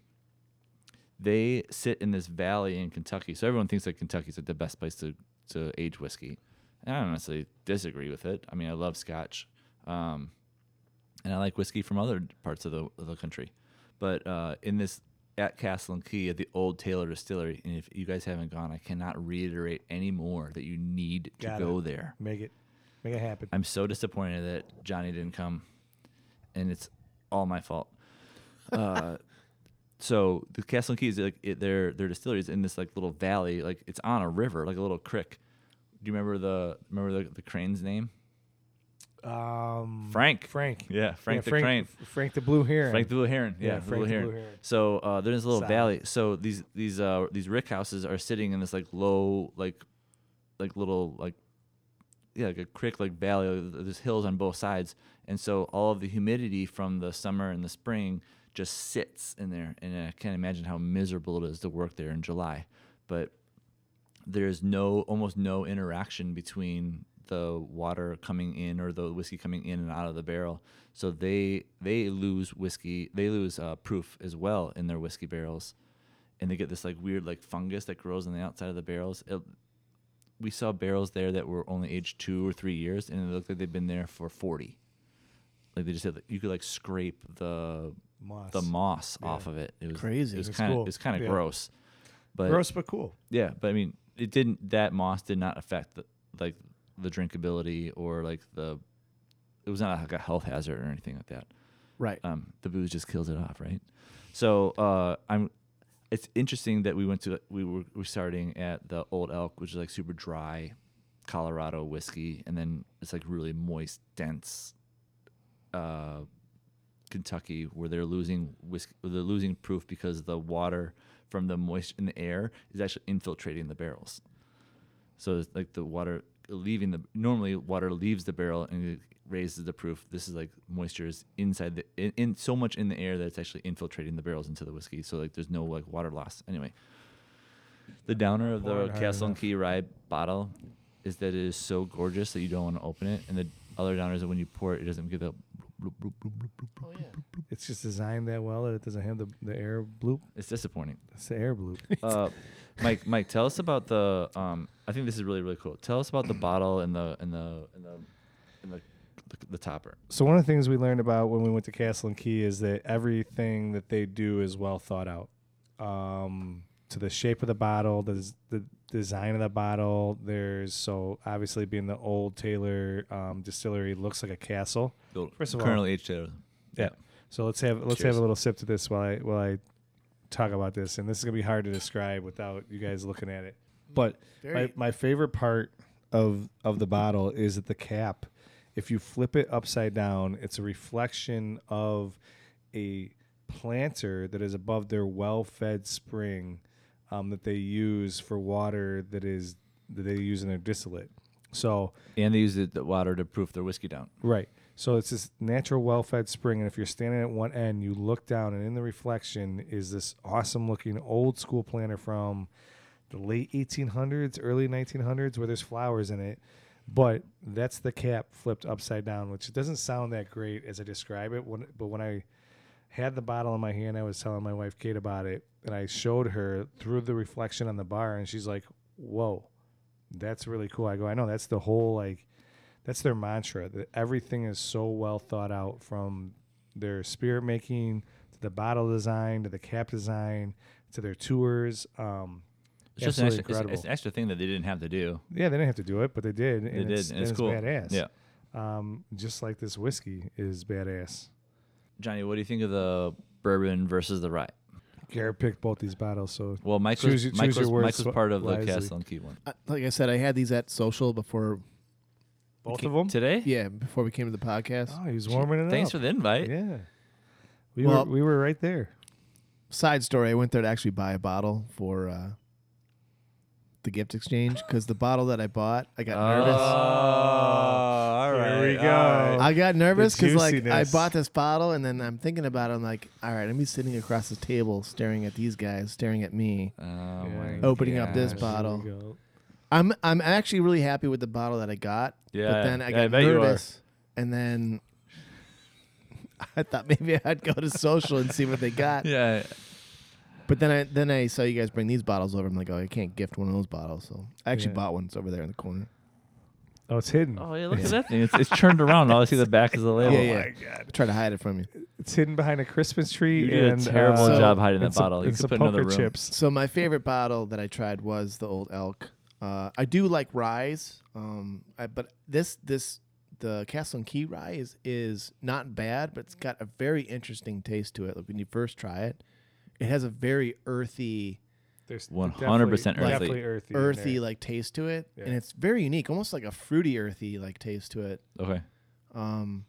Speaker 2: they sit in this valley in Kentucky. So everyone thinks that Kentucky's like the best place to to age whiskey. And I don't necessarily disagree with it. I mean, I love Scotch, um, and I like whiskey from other parts of the of the country. But uh, in this at Castle and Key at the old Taylor Distillery, and if you guys haven't gone, I cannot reiterate any more that you need to
Speaker 1: Got it.
Speaker 2: go there.
Speaker 1: Make it, make it happen.
Speaker 2: I'm so disappointed that Johnny didn't come, and it's all my fault. Uh, so the Castle and Key is like it, their their distillery is in this like little valley, like it's on a river, like a little creek. Do you remember the remember the, the crane's name?
Speaker 1: Um,
Speaker 2: Frank.
Speaker 1: Frank.
Speaker 2: Yeah, Frank the
Speaker 1: Frank,
Speaker 2: Crane.
Speaker 1: Frank the Blue Heron.
Speaker 2: Frank the Blue Heron. Yeah,
Speaker 1: Yeah,
Speaker 2: the
Speaker 1: Frank
Speaker 2: Blue
Speaker 1: the
Speaker 2: Heron.
Speaker 1: Blue Heron.
Speaker 2: So uh, they're in this little
Speaker 1: Solid.
Speaker 2: valley. So these these uh, these rick houses are sitting in this like low like like little like yeah like a creek like uh, valley. There's hills on both sides, and so all of the humidity from the summer and the spring just sits in there. And I can't imagine how miserable it is to work there in July. But there's no almost no interaction between the water coming in or the whiskey coming in and out of the barrel. So they they lose whiskey, they lose uh, proof as well in their whiskey barrels, and they get this like weird like fungus that grows on the outside of the barrels. It, we saw barrels there that were only aged two or three years, and it looked like they'd been there for forty. Like they just had, you could like scrape the
Speaker 4: Moss.
Speaker 2: the moss
Speaker 4: Yeah.
Speaker 2: off of it. It was
Speaker 3: Crazy.
Speaker 2: It was
Speaker 4: That's
Speaker 2: kind of
Speaker 4: cool.
Speaker 2: it was kind of
Speaker 4: Yeah.
Speaker 2: gross, but
Speaker 4: Gross but cool.
Speaker 2: yeah, but I mean, it didn't. That moss did not affect the, like the drinkability or like the. It was not like a health hazard or anything like that.
Speaker 3: Right.
Speaker 2: Um, the booze just kills it off, right? So uh, I'm. It's interesting that we went to we were, we were starting at the Old Elk, which is like super dry, Colorado whiskey, and then it's like really moist, dense. Uh, Kentucky, where they're losing whiskey, they're losing proof because the water from the moisture in the air is actually infiltrating the barrels. So it's like the water leaving the normally water leaves the barrel and it raises the proof. This is like moisture is inside the in, in so much in the air that it's actually infiltrating the barrels into the whiskey. So like there's no like water loss. Anyway, the downer of the
Speaker 1: Poured hard
Speaker 2: Castle and
Speaker 1: enough.
Speaker 2: Key Rye bottle is that it is so gorgeous that you don't want to open it, and the other downer is that when you pour it, it doesn't give that.
Speaker 3: Oh, yeah.
Speaker 1: It's just designed that well that it doesn't have the, the air bloop.
Speaker 2: It's disappointing.
Speaker 1: It's the air bloop.
Speaker 2: uh, Mike, Mike, tell us about the. Um, I think this is really, really cool. Tell us about the bottle and the and the and the and the, the, the topper.
Speaker 1: So one of the things we learned about when we went to Castle and Key is that everything that they do is well thought out. Um, to the shape of the bottle, the, des- the design of the bottle. There's so obviously being the old Taylor um, distillery looks like a castle. First of all-
Speaker 2: currently aged Taylor.
Speaker 1: Yeah. So let's have let's
Speaker 2: Cheers.
Speaker 1: have a little sip to this while I while I talk about this, and this is gonna be hard to describe without you guys looking at it. But my,
Speaker 3: Very-
Speaker 1: my favorite part of of the bottle is that the cap, if you flip it upside down, it's a reflection of a planter that is above their well-fed spring um, that they use for water that is that they use in their distillate. So
Speaker 2: And they use the, the water to proof their whiskey down.
Speaker 1: Right. So it's this natural, well-fed spring, and if you're standing at one end, you look down, and in the reflection is this awesome-looking old-school planter from the late 1800s, early 1900s, where there's flowers in it. But that's the cap flipped upside down, which doesn't sound that great as I describe it. When, but when I had the bottle in my hand, I was telling my wife Kate about it, and I showed her through the reflection on the bar, and she's like, "Whoa, that's really cool." I go, "I know that's the whole like." that's their mantra that everything is so well thought out from their spirit making to the bottle design to the cap design to their tours um
Speaker 2: It's just an
Speaker 1: absolutely
Speaker 2: extra, it's- it's, an extra thing that they didn't have to do.
Speaker 1: yeah they didn't have to do it but they did and
Speaker 2: They did,
Speaker 1: it's,
Speaker 2: and it's cool.
Speaker 1: badass
Speaker 2: Yeah,
Speaker 1: um just like this whiskey is badass
Speaker 2: Johnny, what do you think of the bourbon versus the rye?
Speaker 1: Garrett picked both these bottles so
Speaker 2: Well, Mike
Speaker 1: Choose
Speaker 2: was,
Speaker 1: your- choose
Speaker 2: Mike
Speaker 1: your
Speaker 2: was,
Speaker 1: words
Speaker 2: Mike was part of
Speaker 1: wisely.
Speaker 2: the Castle and Key one.
Speaker 3: I, uh, like I said, I had these at social before.
Speaker 1: both of them
Speaker 2: Today?
Speaker 3: Yeah, before we came to the podcast.
Speaker 1: oh he was warming it
Speaker 2: Thanks for
Speaker 1: up
Speaker 2: the invite.
Speaker 1: yeah we
Speaker 3: Well-
Speaker 1: were we were right there
Speaker 3: Side story: I went there to actually buy a bottle for uh, the gift exchange because the bottle that I bought, I got nervous.
Speaker 2: Uh, all right.
Speaker 1: Here we
Speaker 2: all right.
Speaker 1: go.
Speaker 3: I got nervous because like I
Speaker 1: juiciness.
Speaker 3: bought this bottle and then I'm thinking about it. I'm like, all right, I'm be sitting across the table staring at these guys, staring at me.
Speaker 2: Oh my
Speaker 3: Opening up this
Speaker 2: gosh.
Speaker 3: box. Bottle.
Speaker 1: Here we go.
Speaker 3: I'm I'm actually really happy with the bottle that I got.
Speaker 2: Yeah,
Speaker 3: But then I
Speaker 2: yeah, I
Speaker 3: got
Speaker 2: bet you are.
Speaker 3: nervous, and then I thought maybe I'd go to social and see what they got.
Speaker 2: Yeah,
Speaker 3: But then I then I saw you guys bring these bottles over. I'm like, oh, I can't gift one of those bottles. So I actually
Speaker 1: Yeah.
Speaker 3: bought one. It's over there in the corner.
Speaker 1: oh it's hidden
Speaker 2: Oh yeah, look at that thing. It's, it's turned around. All I see the back is the label.
Speaker 3: yeah, yeah. I tried to hide it from you.
Speaker 1: it's hidden behind a christmas tree
Speaker 2: You did
Speaker 1: and
Speaker 2: a terrible
Speaker 1: uh,
Speaker 3: So-
Speaker 2: job hiding
Speaker 1: and
Speaker 2: that
Speaker 1: some-
Speaker 2: bottle. You
Speaker 1: and
Speaker 2: could
Speaker 1: some
Speaker 2: put another
Speaker 1: poker
Speaker 2: room.
Speaker 1: chips
Speaker 3: So my favorite bottle that I tried was the Old Elk. Uh, I do like ryes, um, I, but this this the Castle and Key rye is is not bad, but it's got a very interesting taste to it. Like when you first try it, it has a very earthy,
Speaker 1: There's
Speaker 2: 100%
Speaker 1: definitely-
Speaker 2: earthy.
Speaker 1: definitely earthy. in
Speaker 3: earthy
Speaker 1: there.
Speaker 3: like taste to it,
Speaker 1: Yeah.
Speaker 3: and it's very unique, almost like a fruity earthy like taste to it.
Speaker 2: Okay.
Speaker 3: Um,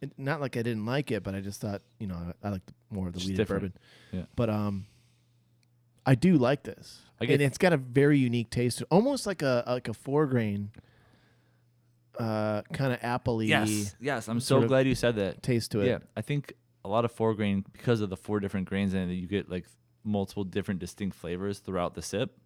Speaker 3: it, not like I didn't like it, but I just thought you know I, I like more of the
Speaker 2: Just
Speaker 3: weeded
Speaker 2: different.
Speaker 3: bourbon.
Speaker 2: Yeah.
Speaker 3: But um, I do like this,
Speaker 2: I get-
Speaker 3: and it's got a very unique taste, almost like a like a four grain, uh, kind of appley
Speaker 2: Yes. Yes. I'm
Speaker 3: sort
Speaker 2: so
Speaker 3: of-
Speaker 2: glad you said that.
Speaker 3: taste to it.
Speaker 2: Yeah. I think a lot of four grain because of the four different grains in it. You get like multiple different distinct flavors throughout the sip.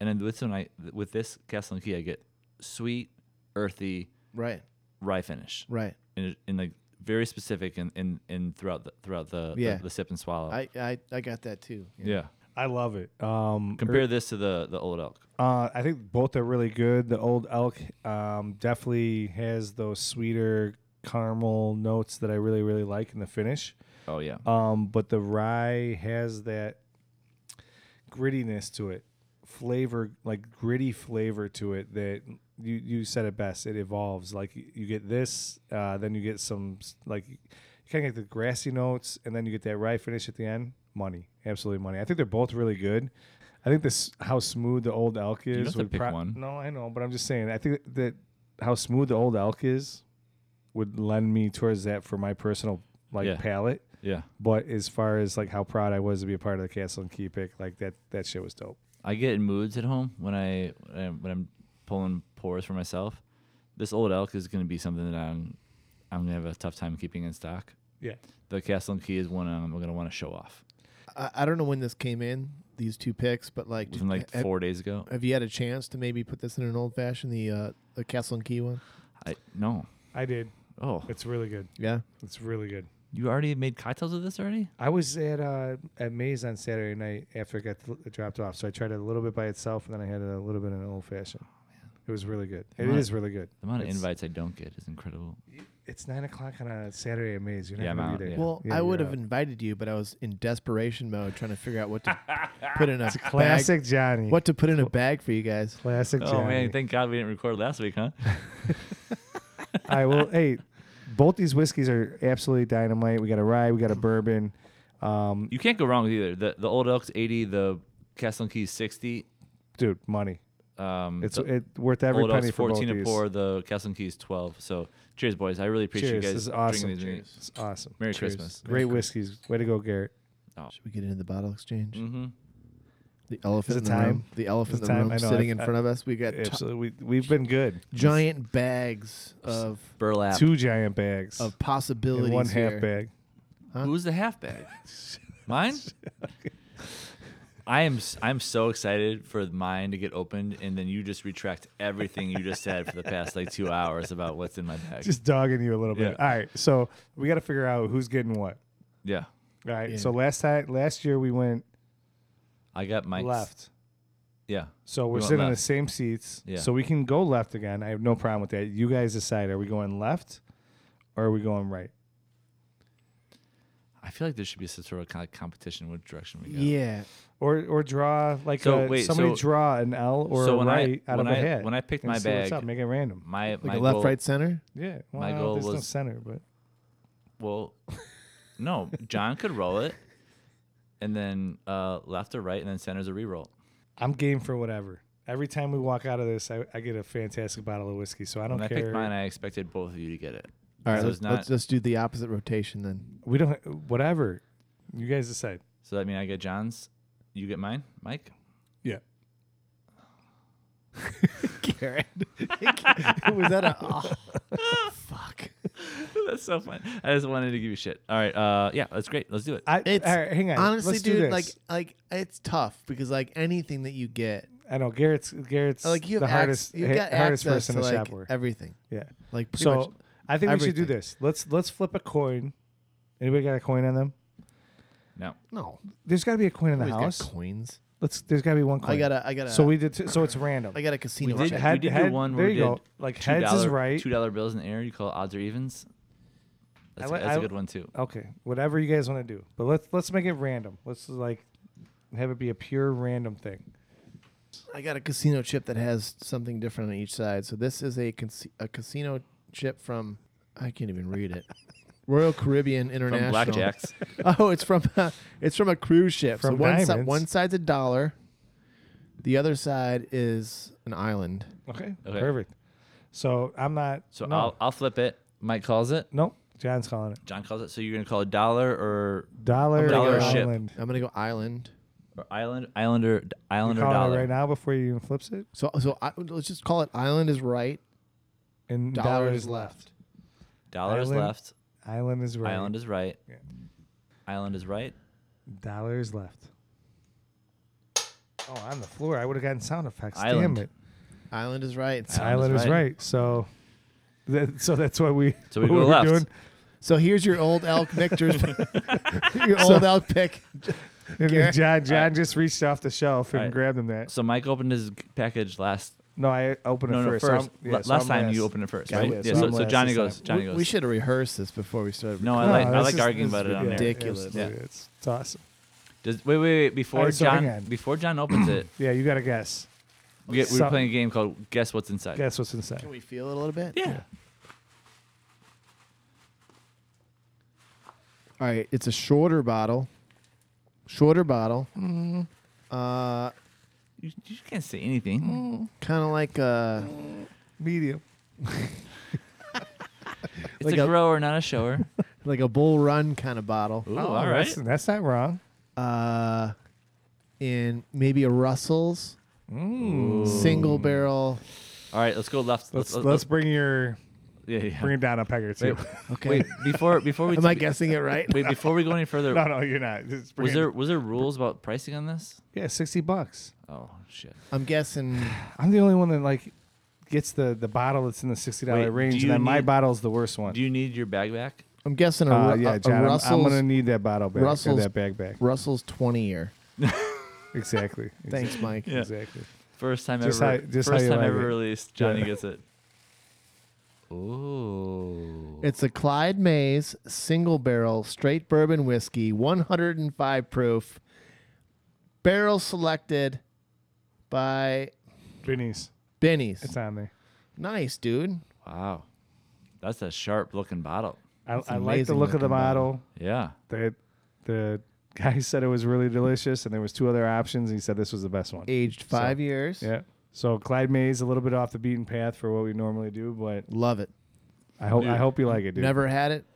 Speaker 2: And then with tonight, with this Castle and Key, I get sweet, earthy
Speaker 3: Right.
Speaker 2: rye finish,
Speaker 3: Right.
Speaker 2: and, and like very specific and in, in, throughout the throughout the,
Speaker 3: Yeah.
Speaker 2: the the sip and swallow.
Speaker 3: I, I I got that too.
Speaker 2: Oh. yeah.
Speaker 1: I love it. Um,
Speaker 2: Compare this to the the old elk.
Speaker 1: Uh, I think both are really good. The old elk um, definitely has those sweeter caramel notes that I really, really like in the finish.
Speaker 2: Oh yeah.
Speaker 1: Um, but the rye has that grittiness to it, flavor like gritty flavor to it that you you said it best. It evolves. Like y- you get this, uh, then you get some s- like you kind of get the grassy notes, and then you get that rye finish at the end. Money, absolutely money. I think they're both really good. I think this how smooth the old elk is.
Speaker 2: don't have to
Speaker 1: would
Speaker 2: pick one.
Speaker 1: No, I know, but I'm just saying. I think that how smooth the old elk is would lend me towards that for my personal like
Speaker 2: Yeah.
Speaker 1: palate.
Speaker 2: yeah.
Speaker 1: But as far as like how proud I was to be a part of the Castle and Key pick, like that that shit was dope.
Speaker 2: I get in moods at home when I when I'm- when I'm pulling pours for myself. This old elk is going to be something that I'm I'm going to have a tough time keeping in stock.
Speaker 1: Yeah.
Speaker 2: The Castle and Key is one I'm going to want to show off.
Speaker 3: I, I don't know when this came in, these two picks, but like,
Speaker 2: Within like
Speaker 3: have,
Speaker 2: four days ago.
Speaker 3: have you had a chance to maybe put this in an old fashioned, the uh, the Castle and Key one?
Speaker 2: I no.
Speaker 1: I did.
Speaker 2: Oh,
Speaker 1: It's really good.
Speaker 3: Yeah.
Speaker 1: It's really good.
Speaker 2: you already made cocktails of this already?
Speaker 1: I was at uh at Maze on Saturday night after it got th- dropped off, so I tried it a little bit by itself, and then I had it a little bit in an old fashioned. It was really good. It
Speaker 2: Nice.
Speaker 1: is really good.
Speaker 2: The amount of
Speaker 1: It's-
Speaker 2: invites I don't get is incredible.
Speaker 1: It's nine o'clock on a Saturday at Maze. You're not
Speaker 2: Yeah, I'm
Speaker 1: gonna
Speaker 2: out,
Speaker 1: be there.
Speaker 2: yeah.
Speaker 3: Well,
Speaker 1: Yeah,
Speaker 3: I
Speaker 1: you're
Speaker 3: would have
Speaker 1: out.
Speaker 3: invited you, but I was in desperation mode trying to figure out what to put in a bag-
Speaker 1: Classic Johnny.
Speaker 3: what to put in a bag for you guys.
Speaker 1: Classic Johnny.
Speaker 2: Oh man, thank God we didn't record last week, huh?
Speaker 1: I will. Hey, both these whiskeys are absolutely dynamite. We got a rye. We got a bourbon. Um,
Speaker 2: You can't go wrong with either. The the old elk's eighty, the Castle and Key's sixty.
Speaker 1: dude, money.
Speaker 2: Um,
Speaker 1: It's
Speaker 2: the
Speaker 1: it, worth every
Speaker 2: old
Speaker 1: penny
Speaker 2: elk's
Speaker 1: for both
Speaker 2: fourteen and
Speaker 1: these.
Speaker 2: pour, the Castle and Key's twelve. So cheers, boys. I really appreciate
Speaker 1: Cheers.
Speaker 2: you
Speaker 1: This
Speaker 2: guys
Speaker 1: is awesome.
Speaker 2: drinking these.
Speaker 1: It's awesome.
Speaker 2: Merry
Speaker 3: Cheers.
Speaker 2: Christmas.
Speaker 1: Great whiskeys. Way to go, Garrett.
Speaker 3: Should we get into the bottle exchange?
Speaker 2: Oh. Mm-hmm.
Speaker 3: The elephant in
Speaker 1: Is it
Speaker 3: the room.
Speaker 1: time?
Speaker 3: The elephant in
Speaker 1: Is it
Speaker 3: the
Speaker 1: time?
Speaker 3: room
Speaker 1: I know,
Speaker 3: sitting
Speaker 1: I-
Speaker 3: in
Speaker 1: I-
Speaker 3: front of us. We got t-
Speaker 1: Absolutely. We, we've been good.
Speaker 3: giant bags of
Speaker 2: Burlap.
Speaker 1: Two giant bags.
Speaker 3: of possibilities.
Speaker 1: and one
Speaker 3: here.
Speaker 1: half bag.
Speaker 3: Huh?
Speaker 2: Who's the halfback? Mine. I am s- I'm so excited for mine to get opened, and then you just retract everything you just said for the past like two hours about what's in my bag.
Speaker 1: Just dogging you a little bit.
Speaker 2: Yeah.
Speaker 1: All right. So we got to figure out who's getting what.
Speaker 2: yeah,
Speaker 1: All right.
Speaker 3: Yeah.
Speaker 1: So last time, last year we went
Speaker 2: I got Mike's.
Speaker 1: left.
Speaker 2: Yeah,
Speaker 1: So
Speaker 2: We
Speaker 1: we're
Speaker 2: went
Speaker 1: sitting in the
Speaker 2: left.
Speaker 1: same seats.
Speaker 2: Yeah.
Speaker 1: So we can go left again. I have no problem with that. You guys decide. Are we going left or are we going right?
Speaker 2: I feel like there should be some sort of kind of competition which direction we go.
Speaker 3: Yeah.
Speaker 1: Or or draw like
Speaker 2: So,
Speaker 1: a,
Speaker 2: wait,
Speaker 1: somebody
Speaker 2: so-
Speaker 1: draw an L or
Speaker 2: so
Speaker 1: a
Speaker 2: when I-
Speaker 1: right out
Speaker 2: when
Speaker 1: of a
Speaker 2: I-
Speaker 1: hat.
Speaker 2: when I picked
Speaker 1: and
Speaker 2: my
Speaker 1: see what's
Speaker 2: bag-
Speaker 1: up. make it random.
Speaker 2: My
Speaker 3: Like
Speaker 2: my
Speaker 3: a left,
Speaker 2: goal-
Speaker 3: right, center.
Speaker 1: Yeah. Well,
Speaker 2: My goal
Speaker 1: there's no
Speaker 2: was-
Speaker 1: center, but
Speaker 2: Well, no, John could roll it, and then uh, left or right, and then center's a re-roll.
Speaker 1: I'm game for whatever. Every time we walk out of this, I, I get a fantastic bottle of whiskey. So I don't
Speaker 2: When I
Speaker 1: care.
Speaker 2: picked mine, I expected both of you to get it.
Speaker 3: All right.
Speaker 2: So
Speaker 3: let's,
Speaker 2: it's not-
Speaker 3: let's let's do the opposite rotation then.
Speaker 1: we don't. Whatever. You guys decide.
Speaker 2: So that mean I get John's, you get mine, Mike.
Speaker 3: Garrett, was that a oh, fuck?
Speaker 2: That's so fun. I just wanted to give you shit. All right. Uh, yeah, that's great. Let's do it.
Speaker 1: I
Speaker 3: It's-
Speaker 1: all right, hang on.
Speaker 3: Honestly,
Speaker 1: Let's do
Speaker 3: dude,
Speaker 1: this.
Speaker 3: like like it's tough because like anything that you get,
Speaker 1: I know Garrett's Garrett's
Speaker 3: like you have
Speaker 1: the
Speaker 3: acc-
Speaker 1: hardest
Speaker 3: you
Speaker 1: ha-
Speaker 3: got
Speaker 1: hardest
Speaker 3: access
Speaker 1: person
Speaker 3: to
Speaker 1: to,
Speaker 3: like
Speaker 1: shop for.
Speaker 3: everything.
Speaker 1: Yeah.
Speaker 3: Like pretty
Speaker 1: So
Speaker 3: much
Speaker 1: I think we should do
Speaker 3: everything.
Speaker 1: this. Let's let's flip a coin. Anybody got a coin on them?
Speaker 2: No.
Speaker 3: no.
Speaker 1: There's got to be a coin in the
Speaker 3: Nobody's got
Speaker 1: house.
Speaker 3: coins.
Speaker 1: Let's. There's got to be one coin.
Speaker 3: I got a I got a
Speaker 1: So we did. T- so it's random.
Speaker 3: I got a casino
Speaker 2: did-
Speaker 3: check.
Speaker 2: we did do one where
Speaker 1: There
Speaker 2: we
Speaker 1: you go.
Speaker 2: did
Speaker 1: Like heads is right.
Speaker 2: Two dollar bills in the air. You call it odds or evens. That's,
Speaker 1: I
Speaker 2: a,
Speaker 1: li-
Speaker 2: that's a
Speaker 1: I-
Speaker 2: good one too.
Speaker 1: Okay, whatever you guys want to do, but let's let's make it random. Let's like have it be a pure random thing.
Speaker 3: I got a casino chip that has something different on each side. So this is a cons- a casino chip from I can't even read it. Royal Caribbean International.
Speaker 2: From blackjacks.
Speaker 3: Oh, it's from it's from a cruise ship. so
Speaker 1: From
Speaker 3: one, si-
Speaker 1: diamonds.
Speaker 3: one side's a dollar, the other side is an island.
Speaker 1: Okay,
Speaker 2: Okay.
Speaker 1: perfect. So I'm not.
Speaker 2: So
Speaker 1: no,
Speaker 2: I'll I'll flip it. Mike calls it.
Speaker 1: nope. John's calling it
Speaker 2: John calls it. So you're gonna call it dollar or,
Speaker 1: dollar,
Speaker 2: Dollar
Speaker 1: or
Speaker 2: ship.
Speaker 1: island.
Speaker 3: I'm gonna go island.
Speaker 2: or island islander
Speaker 1: You're
Speaker 2: islander
Speaker 1: calling
Speaker 2: dollar.
Speaker 1: it right now before you even flips it,
Speaker 3: So so I, let's just call it island is right,
Speaker 1: and
Speaker 3: dollar, is left.
Speaker 2: Dollar is
Speaker 1: Island.
Speaker 2: left.
Speaker 1: Island is right.
Speaker 2: Island is right.
Speaker 1: Yeah.
Speaker 2: Island is right.
Speaker 1: Dollars left. Oh, on the floor. I would have gotten sound effects.
Speaker 2: Island.
Speaker 1: Damn it.
Speaker 3: Island is right.
Speaker 1: Island is right. So, that, so that's why we.
Speaker 2: So we
Speaker 1: what
Speaker 2: go
Speaker 1: we're
Speaker 2: left.
Speaker 1: Doing.
Speaker 3: So here's your old elk Victor's your old elk pick.
Speaker 1: And then
Speaker 3: Garrett.
Speaker 1: John, John just reached off the shelf and
Speaker 2: Alright.
Speaker 1: grabbed him that.
Speaker 2: So Mike opened his package last.
Speaker 1: No, I opened
Speaker 2: No,
Speaker 1: it
Speaker 2: no,
Speaker 1: first.
Speaker 2: first.
Speaker 1: so I'm- yeah,
Speaker 2: La-
Speaker 1: so
Speaker 2: last
Speaker 1: I'm
Speaker 2: time you
Speaker 1: last.
Speaker 2: opened it first,
Speaker 1: Yeah,
Speaker 2: right?
Speaker 1: yeah,
Speaker 2: Yeah.
Speaker 1: so
Speaker 2: So,
Speaker 1: I'm
Speaker 2: so
Speaker 1: last
Speaker 2: Johnny
Speaker 1: this
Speaker 2: goes.
Speaker 1: time.
Speaker 2: Johnny goes.
Speaker 3: We should have rehearsed this before we started.
Speaker 2: No, I like.
Speaker 3: recording.
Speaker 1: No,
Speaker 2: I
Speaker 1: this
Speaker 2: like
Speaker 1: is-
Speaker 2: arguing
Speaker 1: this
Speaker 2: about
Speaker 1: is
Speaker 2: it on
Speaker 1: ridiculous.
Speaker 2: there.
Speaker 3: Ridiculous.
Speaker 1: Yeah,
Speaker 2: Yeah.
Speaker 1: It's, it's awesome.
Speaker 2: Does, wait, wait, wait. Before
Speaker 1: Alright, so hang on.
Speaker 2: John, before John opens it,
Speaker 1: Yeah, you got to guess.
Speaker 2: we, get, we
Speaker 1: So-
Speaker 2: were playing a game called Guess What's Inside.
Speaker 1: Guess what's inside.
Speaker 3: Can we feel it a little bit?
Speaker 2: Yeah.
Speaker 3: All right. It's a shorter bottle. Shorter bottle.
Speaker 2: Mm-hmm.
Speaker 3: Uh,
Speaker 2: You, you can't say
Speaker 1: Mm.
Speaker 2: anything.
Speaker 3: kind of like a
Speaker 1: Medium.
Speaker 2: It's
Speaker 3: Like
Speaker 2: a,
Speaker 3: a-
Speaker 2: grower, not a shower.
Speaker 3: like a bull run kind of bottle.
Speaker 2: Ooh,
Speaker 1: Oh,
Speaker 2: all
Speaker 1: that's,
Speaker 2: right.
Speaker 1: that's not wrong.
Speaker 3: Uh, and maybe a Russell's
Speaker 1: Mm.
Speaker 3: single barrel.
Speaker 2: All right, let's go left.
Speaker 1: Let's let's bring your
Speaker 2: yeah, yeah.
Speaker 1: bring it down a peg or two.
Speaker 2: Wait,
Speaker 3: Okay.
Speaker 2: wait, before before we
Speaker 3: Am I guessing it right?
Speaker 2: wait before we go any further,
Speaker 1: no, no, you're not. Just bring
Speaker 2: was
Speaker 1: it-
Speaker 2: there was there rules about pricing on this?
Speaker 1: Yeah, sixty bucks.
Speaker 2: Oh shit!
Speaker 3: I'm guessing.
Speaker 1: I'm the only one that like gets the the bottle that's in the sixty
Speaker 2: Wait,
Speaker 1: dollar range,
Speaker 2: do
Speaker 1: and then
Speaker 2: you
Speaker 1: my
Speaker 2: need-
Speaker 1: bottle's the worst one.
Speaker 2: Do you need your bag back?
Speaker 3: I'm guessing a,
Speaker 1: uh,
Speaker 3: Ru-
Speaker 1: yeah,
Speaker 3: a-
Speaker 1: John,
Speaker 3: a
Speaker 1: I'm,
Speaker 3: Russell's.
Speaker 1: I'm gonna need that bottle back. or
Speaker 3: Russell's-
Speaker 1: that bag back.
Speaker 3: Russell's 20 year.
Speaker 1: Exactly.
Speaker 3: Thanks, Mike.
Speaker 2: Yeah.
Speaker 1: Exactly.
Speaker 2: First time
Speaker 1: Just
Speaker 2: ever.
Speaker 1: how- just how
Speaker 2: first
Speaker 1: you
Speaker 2: time
Speaker 1: like
Speaker 2: ever
Speaker 1: it.
Speaker 2: released. Johnny
Speaker 1: Yeah.
Speaker 2: gets it. Oh.
Speaker 3: It's a Clyde Mays single barrel straight bourbon whiskey, 105 proof, barrel selected by
Speaker 1: Benny's.
Speaker 3: Benny's.
Speaker 1: It's on there.
Speaker 3: nice, dude.
Speaker 2: wow. That's a sharp looking bottle.
Speaker 1: I,
Speaker 3: It's
Speaker 1: I like the
Speaker 3: amazing
Speaker 1: look of the
Speaker 3: looking bottle.
Speaker 1: bottle.
Speaker 2: Yeah.
Speaker 1: The the guy said it was really delicious, and there was two other options. He said this was the best one.
Speaker 3: Aged
Speaker 1: So-
Speaker 3: five years.
Speaker 1: Yeah. So Clyde Mays a little bit off the beaten path for what we normally do, but
Speaker 3: Love it.
Speaker 1: I hope I
Speaker 2: Dude.
Speaker 1: hope you like it, dude.
Speaker 3: Never had it.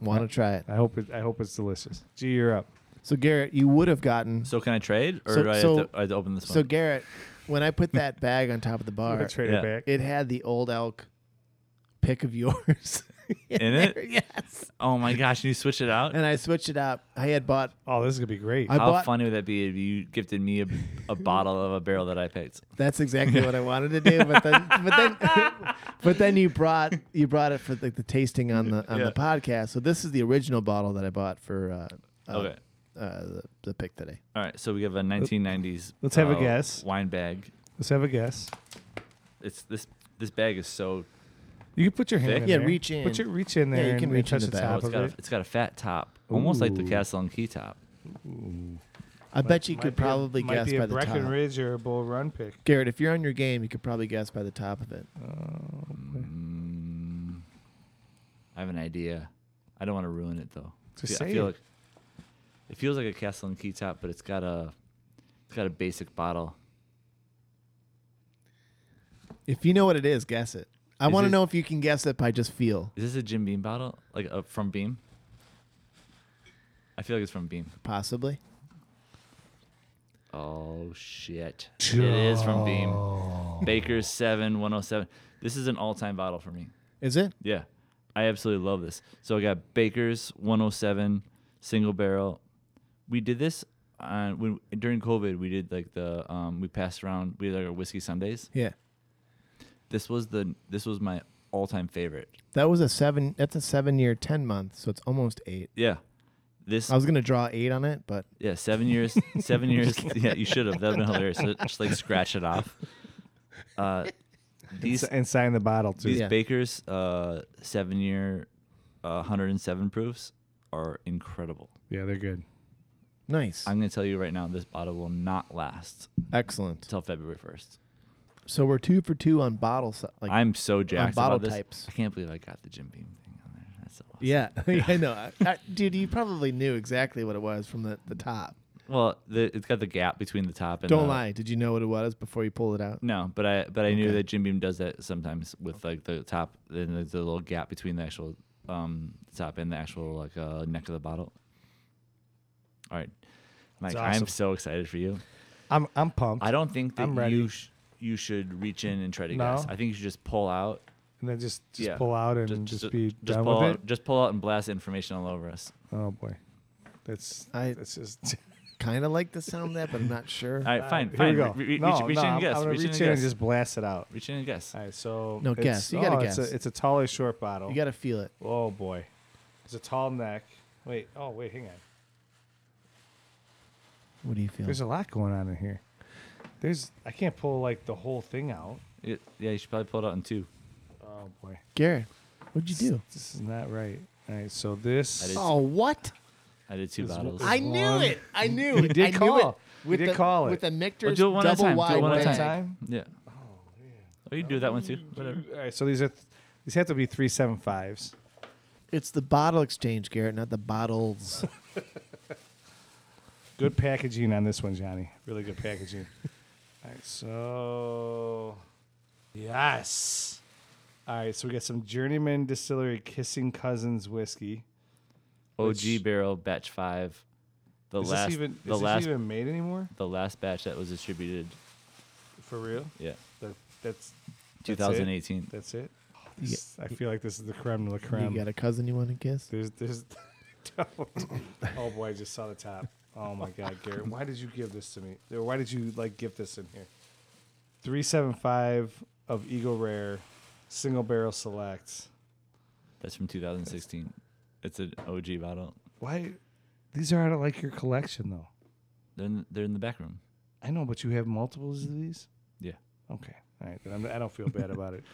Speaker 3: Want to try it.
Speaker 1: I hope it, I hope it's delicious. G, you're up.
Speaker 3: So, Garrett, you would have gotten.
Speaker 2: So can I trade, or
Speaker 3: So-
Speaker 2: do I,
Speaker 3: so-
Speaker 2: have to, I have to open this
Speaker 3: So,
Speaker 2: one?
Speaker 3: Garrett, when I put that bag on top of the
Speaker 1: I'm
Speaker 3: bar,
Speaker 1: gonna trade
Speaker 2: yeah.
Speaker 1: it back.
Speaker 3: it had the old elk pick of yours.
Speaker 2: In it?
Speaker 3: yes.
Speaker 2: Oh my gosh! Can you switch it out?
Speaker 3: And I switched it up. I had bought.
Speaker 1: Oh, this is gonna be great.
Speaker 3: I
Speaker 2: How
Speaker 3: bought
Speaker 2: funny would that be if you gifted me a, a bottle of a barrel that I picked?
Speaker 3: That's exactly what I wanted to do, but then, but then, but then you brought you brought it for like the tasting on the on
Speaker 2: Yeah.
Speaker 3: the podcast. So this is the original bottle that I bought for uh,
Speaker 1: Oh.
Speaker 3: uh,
Speaker 2: Okay.
Speaker 3: uh, the, the pick today.
Speaker 2: All right. So we have a 1990s.
Speaker 1: Let's have a guess.
Speaker 2: Wine bag.
Speaker 1: Let's have a guess.
Speaker 2: It's this. This bag is so. oh,
Speaker 1: You can put your hand.
Speaker 2: Thick?
Speaker 1: In
Speaker 3: Yeah,
Speaker 1: there.
Speaker 3: reach in.
Speaker 1: Put your reach in
Speaker 3: Yeah,
Speaker 1: there.
Speaker 3: you
Speaker 1: and-
Speaker 3: can
Speaker 1: and
Speaker 3: reach in
Speaker 1: touch
Speaker 3: the
Speaker 1: the
Speaker 3: back.
Speaker 2: Oh,
Speaker 1: top
Speaker 2: it's
Speaker 1: of
Speaker 2: got a,
Speaker 1: it.
Speaker 2: it's got a fat top, almost like the
Speaker 1: Ooh.
Speaker 2: Castle and Key top.
Speaker 3: I bet you could probably
Speaker 1: might
Speaker 3: guess
Speaker 1: be a
Speaker 3: by the top.
Speaker 1: Breckenridge or a Bull Run pick.
Speaker 3: Garrett, if you're on your game, you could probably guess by the top of
Speaker 1: Uh,
Speaker 3: it.
Speaker 2: Mm, I have an idea. I don't want to ruin it though.
Speaker 1: Just
Speaker 2: Yeah,
Speaker 1: say
Speaker 2: I feel
Speaker 1: it.
Speaker 2: like it feels like a Castle and Key top, but it's got a it's got a basic bottle.
Speaker 3: If you know what it is, guess it. I
Speaker 2: Is
Speaker 3: want to
Speaker 2: it-
Speaker 3: know if you can guess it by just feel.
Speaker 2: Is this a Jim Beam bottle? Like uh, from Beam? I feel like it's from Beam.
Speaker 3: Possibly.
Speaker 2: Oh shit! It is from Beam. Baker's Seven One Hundred Seven. This is an all-time bottle for me.
Speaker 3: Is it?
Speaker 2: Yeah, I absolutely love this. So I got Baker's 107 single barrel. We did this on when during COVID. We did like the um, we passed around. We did like our whiskey Sundays.
Speaker 3: Yeah.
Speaker 2: This was the this was my all-time favorite.
Speaker 3: That was a seven. That's a seven year, ten month. So it's almost eight.
Speaker 2: Yeah, this
Speaker 3: I was gonna draw eight on it, but
Speaker 2: Yeah, seven years. seven years. Yeah, you should have. That'd been hilarious. So just like scratch it off. Uh, these
Speaker 1: S- and sign the bottle too.
Speaker 2: these
Speaker 3: Yeah.
Speaker 2: bakers, uh, seven year, uh, 107 proofs are incredible.
Speaker 1: Yeah, they're good.
Speaker 3: nice.
Speaker 2: I'm gonna tell you right now, this bottle will not last
Speaker 3: Excellent.
Speaker 2: until February 1st.
Speaker 3: So we're two for two on bottle si- like
Speaker 2: I'm so jacked
Speaker 3: bottle
Speaker 2: about this.
Speaker 3: types.
Speaker 2: I can't believe I got the Jim Beam thing on there. That's so awesome.
Speaker 3: Yeah, I know, I, I, dude. You probably knew exactly what it was from the, the top.
Speaker 2: Well, the, it's got the gap between the top and
Speaker 3: Don't
Speaker 2: the-
Speaker 3: lie. Did you know what it was before you pulled it out?
Speaker 2: No, but I but I knew
Speaker 3: Okay.
Speaker 2: that Jim Beam does that sometimes with like the top and there's a little gap between the actual um top and the actual like uh, neck of the bottle. All right, Mike,
Speaker 1: That's awesome.
Speaker 2: I'm so excited for you.
Speaker 1: I'm I'm pumped.
Speaker 2: I don't think that
Speaker 1: I'm ready.
Speaker 2: you sh- you should reach in and try to
Speaker 1: No?
Speaker 2: guess. I think you should just pull out,
Speaker 1: and then just just
Speaker 2: Yeah.
Speaker 1: pull out and
Speaker 2: just
Speaker 1: just, be done
Speaker 2: pull
Speaker 1: with
Speaker 2: out,
Speaker 1: it.
Speaker 2: just pull out and blast information all over us.
Speaker 1: Oh boy. That's
Speaker 3: I-
Speaker 1: that's just.
Speaker 3: Kind of like the sound of that, but I'm not sure.
Speaker 2: All right, fine,
Speaker 1: Uh, Here
Speaker 2: fine.
Speaker 1: we go.
Speaker 2: Re- re-
Speaker 1: no,
Speaker 2: reach, reach
Speaker 1: no,
Speaker 2: in
Speaker 1: I'm,
Speaker 2: and guess.
Speaker 1: I'm gonna
Speaker 2: reach in and
Speaker 1: reach in
Speaker 2: guess.
Speaker 1: and just blast it out.
Speaker 2: reach in and guess.
Speaker 1: All right, so
Speaker 3: No,
Speaker 1: it's-
Speaker 3: guess. You gotta
Speaker 1: oh, It's
Speaker 3: guess.
Speaker 1: a, it's a tall or short bottle.
Speaker 3: you got to feel it.
Speaker 1: oh boy, it's a tall neck. Wait, oh wait, hang on.
Speaker 3: What do you feel?
Speaker 1: There's a lot going on in here. There's I can't pull like the whole thing out.
Speaker 2: It- yeah, you should probably pull it out in two.
Speaker 1: Oh boy,
Speaker 3: Garrett, what'd you do?
Speaker 1: this is not right. All right, so this
Speaker 2: I did-
Speaker 3: Oh, what?
Speaker 2: I did two
Speaker 1: There's
Speaker 2: bottles.
Speaker 1: one-
Speaker 3: I knew
Speaker 1: One.
Speaker 3: it. I knew
Speaker 1: You
Speaker 3: it.
Speaker 1: did
Speaker 3: I knew
Speaker 1: call.
Speaker 3: it.
Speaker 1: You
Speaker 3: With
Speaker 1: did
Speaker 3: the,
Speaker 1: call it.
Speaker 3: With the
Speaker 2: Well,
Speaker 3: Michter's
Speaker 2: do it one at a
Speaker 3: double
Speaker 2: time. Do
Speaker 3: wide
Speaker 2: it one at a time.
Speaker 3: bag.
Speaker 1: time?
Speaker 2: Yeah. Oh, you can do that one too. Whatever.
Speaker 1: All right, so these are th- these have to be three seven fives.
Speaker 3: It's the bottle exchange, Garrett, not the bottles.
Speaker 1: Good packaging on this one, Johnny. Really good packaging. All right, so yes. All right, so we got some Journeyman Distillery Kissing Cousins whiskey.
Speaker 2: OG barrel batch five. The
Speaker 1: Oh, Is
Speaker 2: last,
Speaker 1: this even
Speaker 2: the
Speaker 1: is
Speaker 2: last,
Speaker 1: this even made anymore?
Speaker 2: the last batch that was distributed.
Speaker 1: For real?
Speaker 2: Yeah,
Speaker 1: That, that's that's it?
Speaker 2: 2018.
Speaker 1: That's it. Oh, this- I feel like this is the creme de la creme.
Speaker 3: you got a cousin you want to kiss?
Speaker 1: There's, there's. oh boy, I just saw the top. Oh my God, Garrett, why did you give this to me? Or Why did you like give this in here? Three seven five of Eagle Rare, single barrel select.
Speaker 2: That's from 2016. It's an OG bottle.
Speaker 1: Why? These are out of like your collection though.
Speaker 2: They're in, they're in the back room.
Speaker 1: I know, but you have multiples of these.
Speaker 2: Yeah.
Speaker 1: Okay. All right. Then I'm, I don't feel bad about it.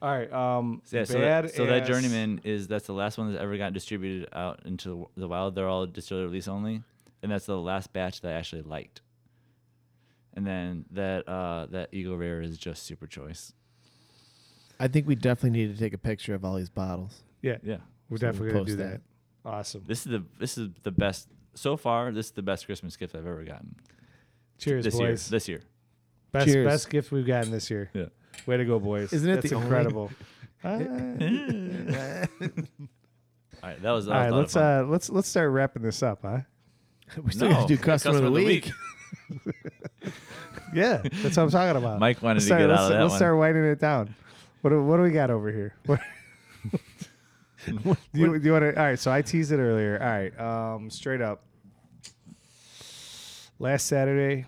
Speaker 1: All right. Um.
Speaker 2: So, yeah, so, that, so that
Speaker 1: badass-
Speaker 2: journeyman is that's the last one that's ever got distributed out into the w- the wild. They're all distiller release only, and that's the last batch that I actually liked. And then that uh, that Eagle Rare is just super choice.
Speaker 3: I think we definitely need to take a picture of all these bottles.
Speaker 1: Yeah. We're
Speaker 2: Yeah,
Speaker 3: So we'll
Speaker 1: definitely gonna
Speaker 3: post
Speaker 1: do
Speaker 3: that.
Speaker 1: that. Awesome.
Speaker 2: this is the this is the best so far. This is the best Christmas gift I've ever gotten
Speaker 1: Cheers,
Speaker 2: this year.
Speaker 1: boys.
Speaker 2: This year,
Speaker 1: Best
Speaker 3: Cheers.
Speaker 1: best gift we've gotten this year.
Speaker 2: yeah.
Speaker 1: Way to go, boys!
Speaker 3: Isn't it
Speaker 1: That's
Speaker 3: the only-
Speaker 1: incredible?
Speaker 2: All right, that was that
Speaker 1: All right,
Speaker 2: was
Speaker 1: let's
Speaker 2: a lot
Speaker 1: uh, let's let's start wrapping this up, huh?
Speaker 3: We
Speaker 2: of fun.
Speaker 3: still got to do customer, of the week.
Speaker 1: Yeah, that's what I'm talking about.
Speaker 2: Mike
Speaker 1: uh,
Speaker 2: wanted
Speaker 1: let's
Speaker 2: to
Speaker 1: start,
Speaker 2: get
Speaker 1: let's,
Speaker 2: out of that
Speaker 1: Let's
Speaker 2: one.
Speaker 1: start winding it down. What do, what do we got over here? What, do you, do you want to? All right, so I teased it earlier. All right, um, straight up. Last Saturday,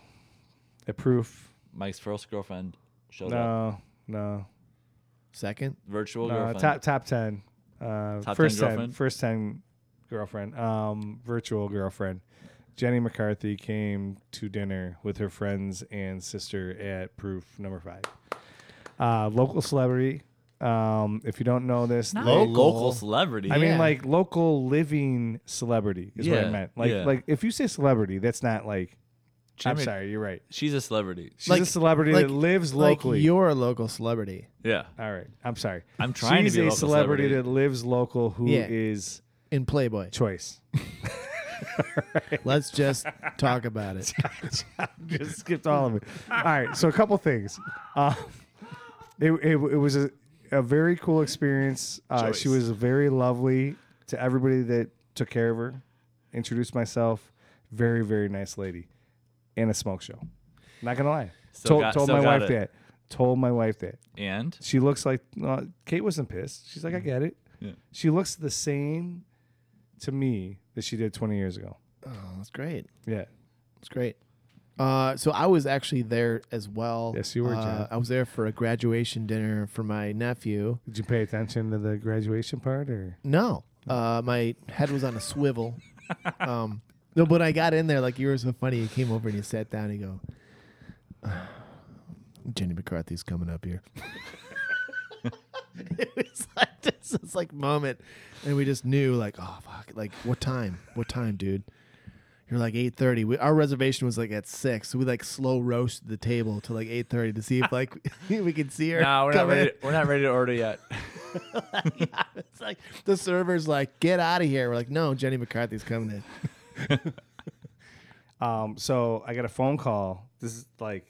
Speaker 1: at Proof.
Speaker 2: Mike's first girlfriend showed up.
Speaker 1: No, no,
Speaker 3: Second,
Speaker 2: Virtual
Speaker 1: no.
Speaker 2: girlfriend.
Speaker 1: Top top ten. Uh,
Speaker 2: Top 10
Speaker 1: first time,
Speaker 2: girlfriend?
Speaker 1: first time girlfriend. Um, virtual girlfriend. Jenny McCarthy came to dinner with her friends and sister at Proof Number Five. Uh, local celebrity. Um, if you don't know this,
Speaker 2: A
Speaker 1: like-
Speaker 2: local,
Speaker 3: Local.
Speaker 2: celebrity.
Speaker 1: I mean
Speaker 3: Yeah.
Speaker 1: like local living celebrity is what I
Speaker 2: Yeah,
Speaker 1: meant. Like
Speaker 2: yeah.
Speaker 1: like if you say celebrity, that's not like. I'm
Speaker 2: Jimmy-
Speaker 1: sorry, you're right.
Speaker 2: She's a celebrity.
Speaker 1: She's a celebrity that lives locally.
Speaker 3: Like you're a local celebrity,
Speaker 2: Yeah.
Speaker 1: All right, I'm sorry.
Speaker 2: I'm trying to
Speaker 1: She's
Speaker 2: be a
Speaker 1: a
Speaker 2: local
Speaker 1: celebrity,
Speaker 2: celebrity.
Speaker 1: that lives local who is
Speaker 3: Yeah. in Playboy.
Speaker 1: choice.
Speaker 3: Let's just talk about it.
Speaker 1: just skipped all of it. All right, so a couple things. Uh, it, it, it was a, a very cool experience. Uh, she was very lovely to everybody that took care of her. Introduced myself. Very very nice lady, and a smoke show. Not gonna lie.
Speaker 2: Still
Speaker 1: told
Speaker 2: got-
Speaker 1: told
Speaker 2: still
Speaker 1: my
Speaker 2: got
Speaker 1: wife
Speaker 2: it.
Speaker 1: that. Told my wife that.
Speaker 2: And
Speaker 1: She looks like uh, Kate wasn't pissed. She's like, I get it.
Speaker 2: Yeah.
Speaker 1: She looks the same to me that she did 20 years ago.
Speaker 3: Oh, that's great.
Speaker 1: Yeah.
Speaker 3: It's great. Uh, so I was actually there as well.
Speaker 1: Yes, you were,
Speaker 3: Uh,
Speaker 1: Jen.
Speaker 3: I was there for a graduation dinner for my nephew.
Speaker 1: Did you pay attention to the graduation part or?
Speaker 3: No, uh, my head was on a swivel. um, no, but I got in there like you were so funny. You came over and you sat down and you go, "Uh, Jenny McCarthy's coming up here. it was like this, this like moment, and we just knew like, oh fuck, like what time? What time, dude? You're like eight thirty. Our reservation was like at six, so we like slow roasted the table to like eight thirty to see if like we could see her.
Speaker 2: no, we're not
Speaker 3: come in.
Speaker 2: ready. We're not ready to order yet.
Speaker 3: It's like the server's like, get out of here. We're like, no, Jenny McCarthy's coming in.
Speaker 1: Um, so I got a phone call. This is like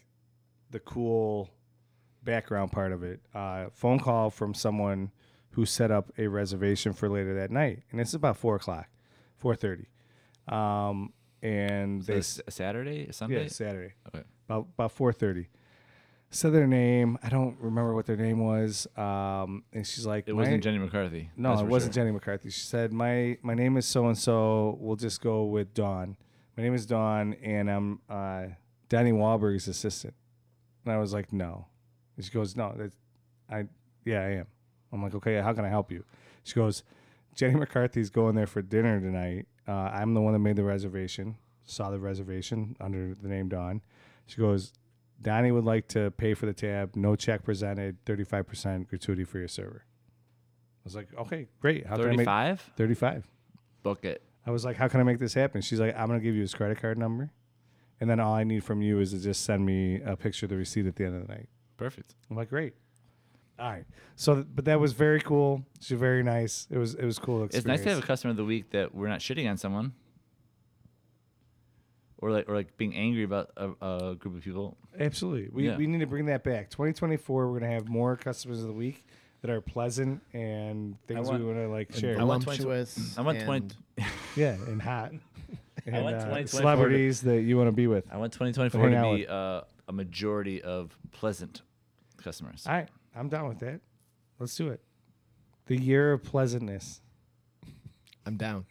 Speaker 1: the cool background part of it. Uh, phone call from someone who set up a reservation for later that night, and it's about four o'clock, four thirty. Um, and they
Speaker 2: This Saturday, Sunday.
Speaker 1: yeah Saturday
Speaker 2: Okay.
Speaker 1: about about four thirty. said their name. I don't remember what their name was. Um, and she's like,
Speaker 2: It
Speaker 1: "My-
Speaker 2: wasn't Jenny McCarthy.
Speaker 1: No,
Speaker 2: that's
Speaker 1: it
Speaker 2: for
Speaker 1: wasn't
Speaker 2: sure.
Speaker 1: Jenny McCarthy. She said, "My my name is so and so. We'll just go with Dawn. My name is Dawn, and I'm uh, Danny Wahlberg's assistant." And I was like, "No." And she goes, "No, that's, I yeah I am." I'm like, "Okay, how can I help you?" She goes, "Jenny McCarthy's going there for dinner tonight. Uh, I'm the one that made the reservation. Saw the reservation under the name Dawn." She goes, "Donnie would like to pay for the tab. No check presented. Thirty five percent gratuity for your server." I was like, okay, great. How can I make
Speaker 2: 35?
Speaker 1: 35?
Speaker 2: Book it.
Speaker 1: I was like, how can I make this happen? She's like, I'm going to give you his credit card number. And then all I need from you is to just send me a picture of the receipt at the end of the night.
Speaker 2: Perfect.
Speaker 1: I'm like, great. All right. So, th- but that was very cool. She's very nice. It was, it was cool. Experience.
Speaker 2: It's nice to have a customer of the week that we're not shitting on someone. Or like, or like being angry about a, a group of people.
Speaker 1: Absolutely. We,
Speaker 2: Yeah.
Speaker 1: we need to bring that back. 2024, we're going to have more customers of the week that are pleasant and things
Speaker 2: want-
Speaker 1: we want to like share.
Speaker 2: I want 20
Speaker 3: Voluptuous
Speaker 2: I want
Speaker 3: and-
Speaker 2: 20,
Speaker 1: yeah. And hot. And
Speaker 2: want
Speaker 1: uh,
Speaker 2: 2024 to-
Speaker 1: celebrities that you want to be with.
Speaker 2: I want 2024
Speaker 1: Hang
Speaker 2: to
Speaker 1: on
Speaker 2: be uh, a majority of pleasant customers.
Speaker 1: All right, I'm down with that. Let's do it. The year of pleasantness.
Speaker 3: I'm down.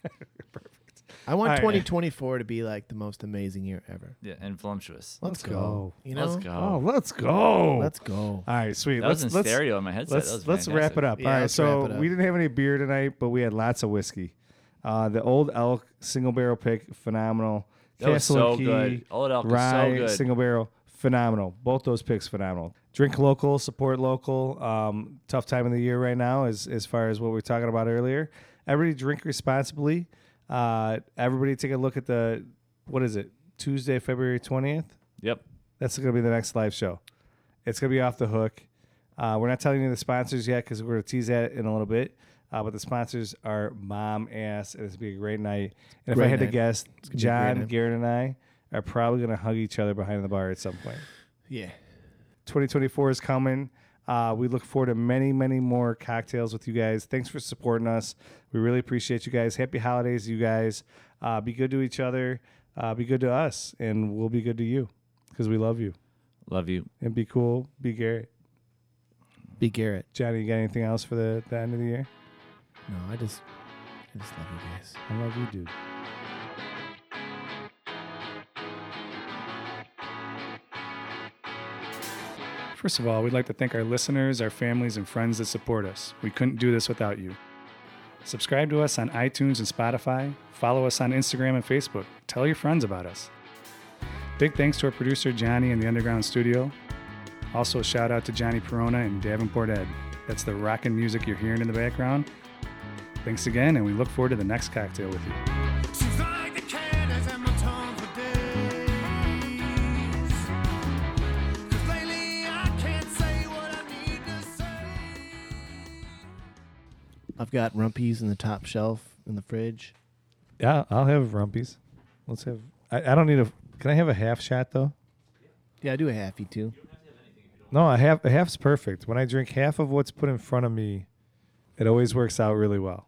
Speaker 3: I want
Speaker 1: All right.
Speaker 3: 2024 to be like the most amazing year ever.
Speaker 2: yeah, and voluptuous.
Speaker 1: Let's
Speaker 3: Let's, go.
Speaker 1: go.
Speaker 3: You know,
Speaker 2: Let's go.
Speaker 1: Oh, let's go.
Speaker 3: Let's go.
Speaker 1: All right, sweet.
Speaker 2: that
Speaker 1: let's
Speaker 2: was in
Speaker 1: let's,
Speaker 2: stereo in my headset.
Speaker 1: let's
Speaker 2: That was
Speaker 1: let's wrap it
Speaker 2: fantastic.
Speaker 1: up.
Speaker 3: Yeah,
Speaker 1: All right,
Speaker 3: let's wrap
Speaker 1: so
Speaker 3: it up.
Speaker 1: we didn't have any beer tonight, but we had lots of whiskey. Uh, the old elk single barrel pick, phenomenal.
Speaker 2: That was
Speaker 1: Castle
Speaker 2: so
Speaker 1: and Key,
Speaker 2: good. Old Elk is so
Speaker 1: rye,
Speaker 2: good.
Speaker 1: single barrel, phenomenal. Both those picks, phenomenal. Drink local, support local. Um, tough time of the year right now, as as far as what we were talking about earlier. Everybody drink responsibly. Uh, everybody take a look at the what is it Tuesday, February twentieth.
Speaker 2: Yep.
Speaker 1: That's going to be the next live show. It's going to be off the hook. Uh, we're not telling you the sponsors yet because we're going to tease that in a little bit. Uh, but the sponsors are Mom Ass, and it's going to be a great night. And if I
Speaker 3: Great
Speaker 1: had to
Speaker 3: night.
Speaker 1: guess,
Speaker 3: gonna be a great
Speaker 1: John,
Speaker 3: night.
Speaker 1: Garrett, and I are probably going to hug each other behind the bar at some point.
Speaker 3: Yeah.
Speaker 1: 2024 is coming. Uh, we look forward to many, many more cocktails with you guys. Thanks for supporting us. We really appreciate you guys. Happy holidays, you guys. Uh, be good to each other. Uh, be good to us, and we'll be good to you because we love you
Speaker 2: Love you.
Speaker 1: and be cool, be Garrett.
Speaker 3: Be Garrett.
Speaker 1: Johnny, you got anything else for the, the end of the year?
Speaker 3: No, I just, I just love you guys.
Speaker 1: I love you, dude.
Speaker 5: First of all, we'd like to thank our listeners, our families, and friends that support us. We couldn't do this without you. Subscribe to us on iTunes and Spotify. Follow us on Instagram and Facebook. Tell your friends about us. Big thanks to our producer, Johnny, and the Underground Studio. Also, a shout out to Johnny Perona and Davenport Ed. That's the rockin' music you're hearing in the background. Thanks again, and we look forward to the next cocktail with you.
Speaker 4: She's like the cat that's had my tongue for days. 'Cause lately I can't say what I need to say.
Speaker 3: I've got rumpies in the top shelf in the fridge.
Speaker 1: Yeah, I'll have rumpies. Let's have. I, I don't need a. Can I have a half shot though?
Speaker 3: Yeah, I do a halfy too.
Speaker 1: No, a half. A half's perfect. When I drink half of what's put in front of me, it always works out really well.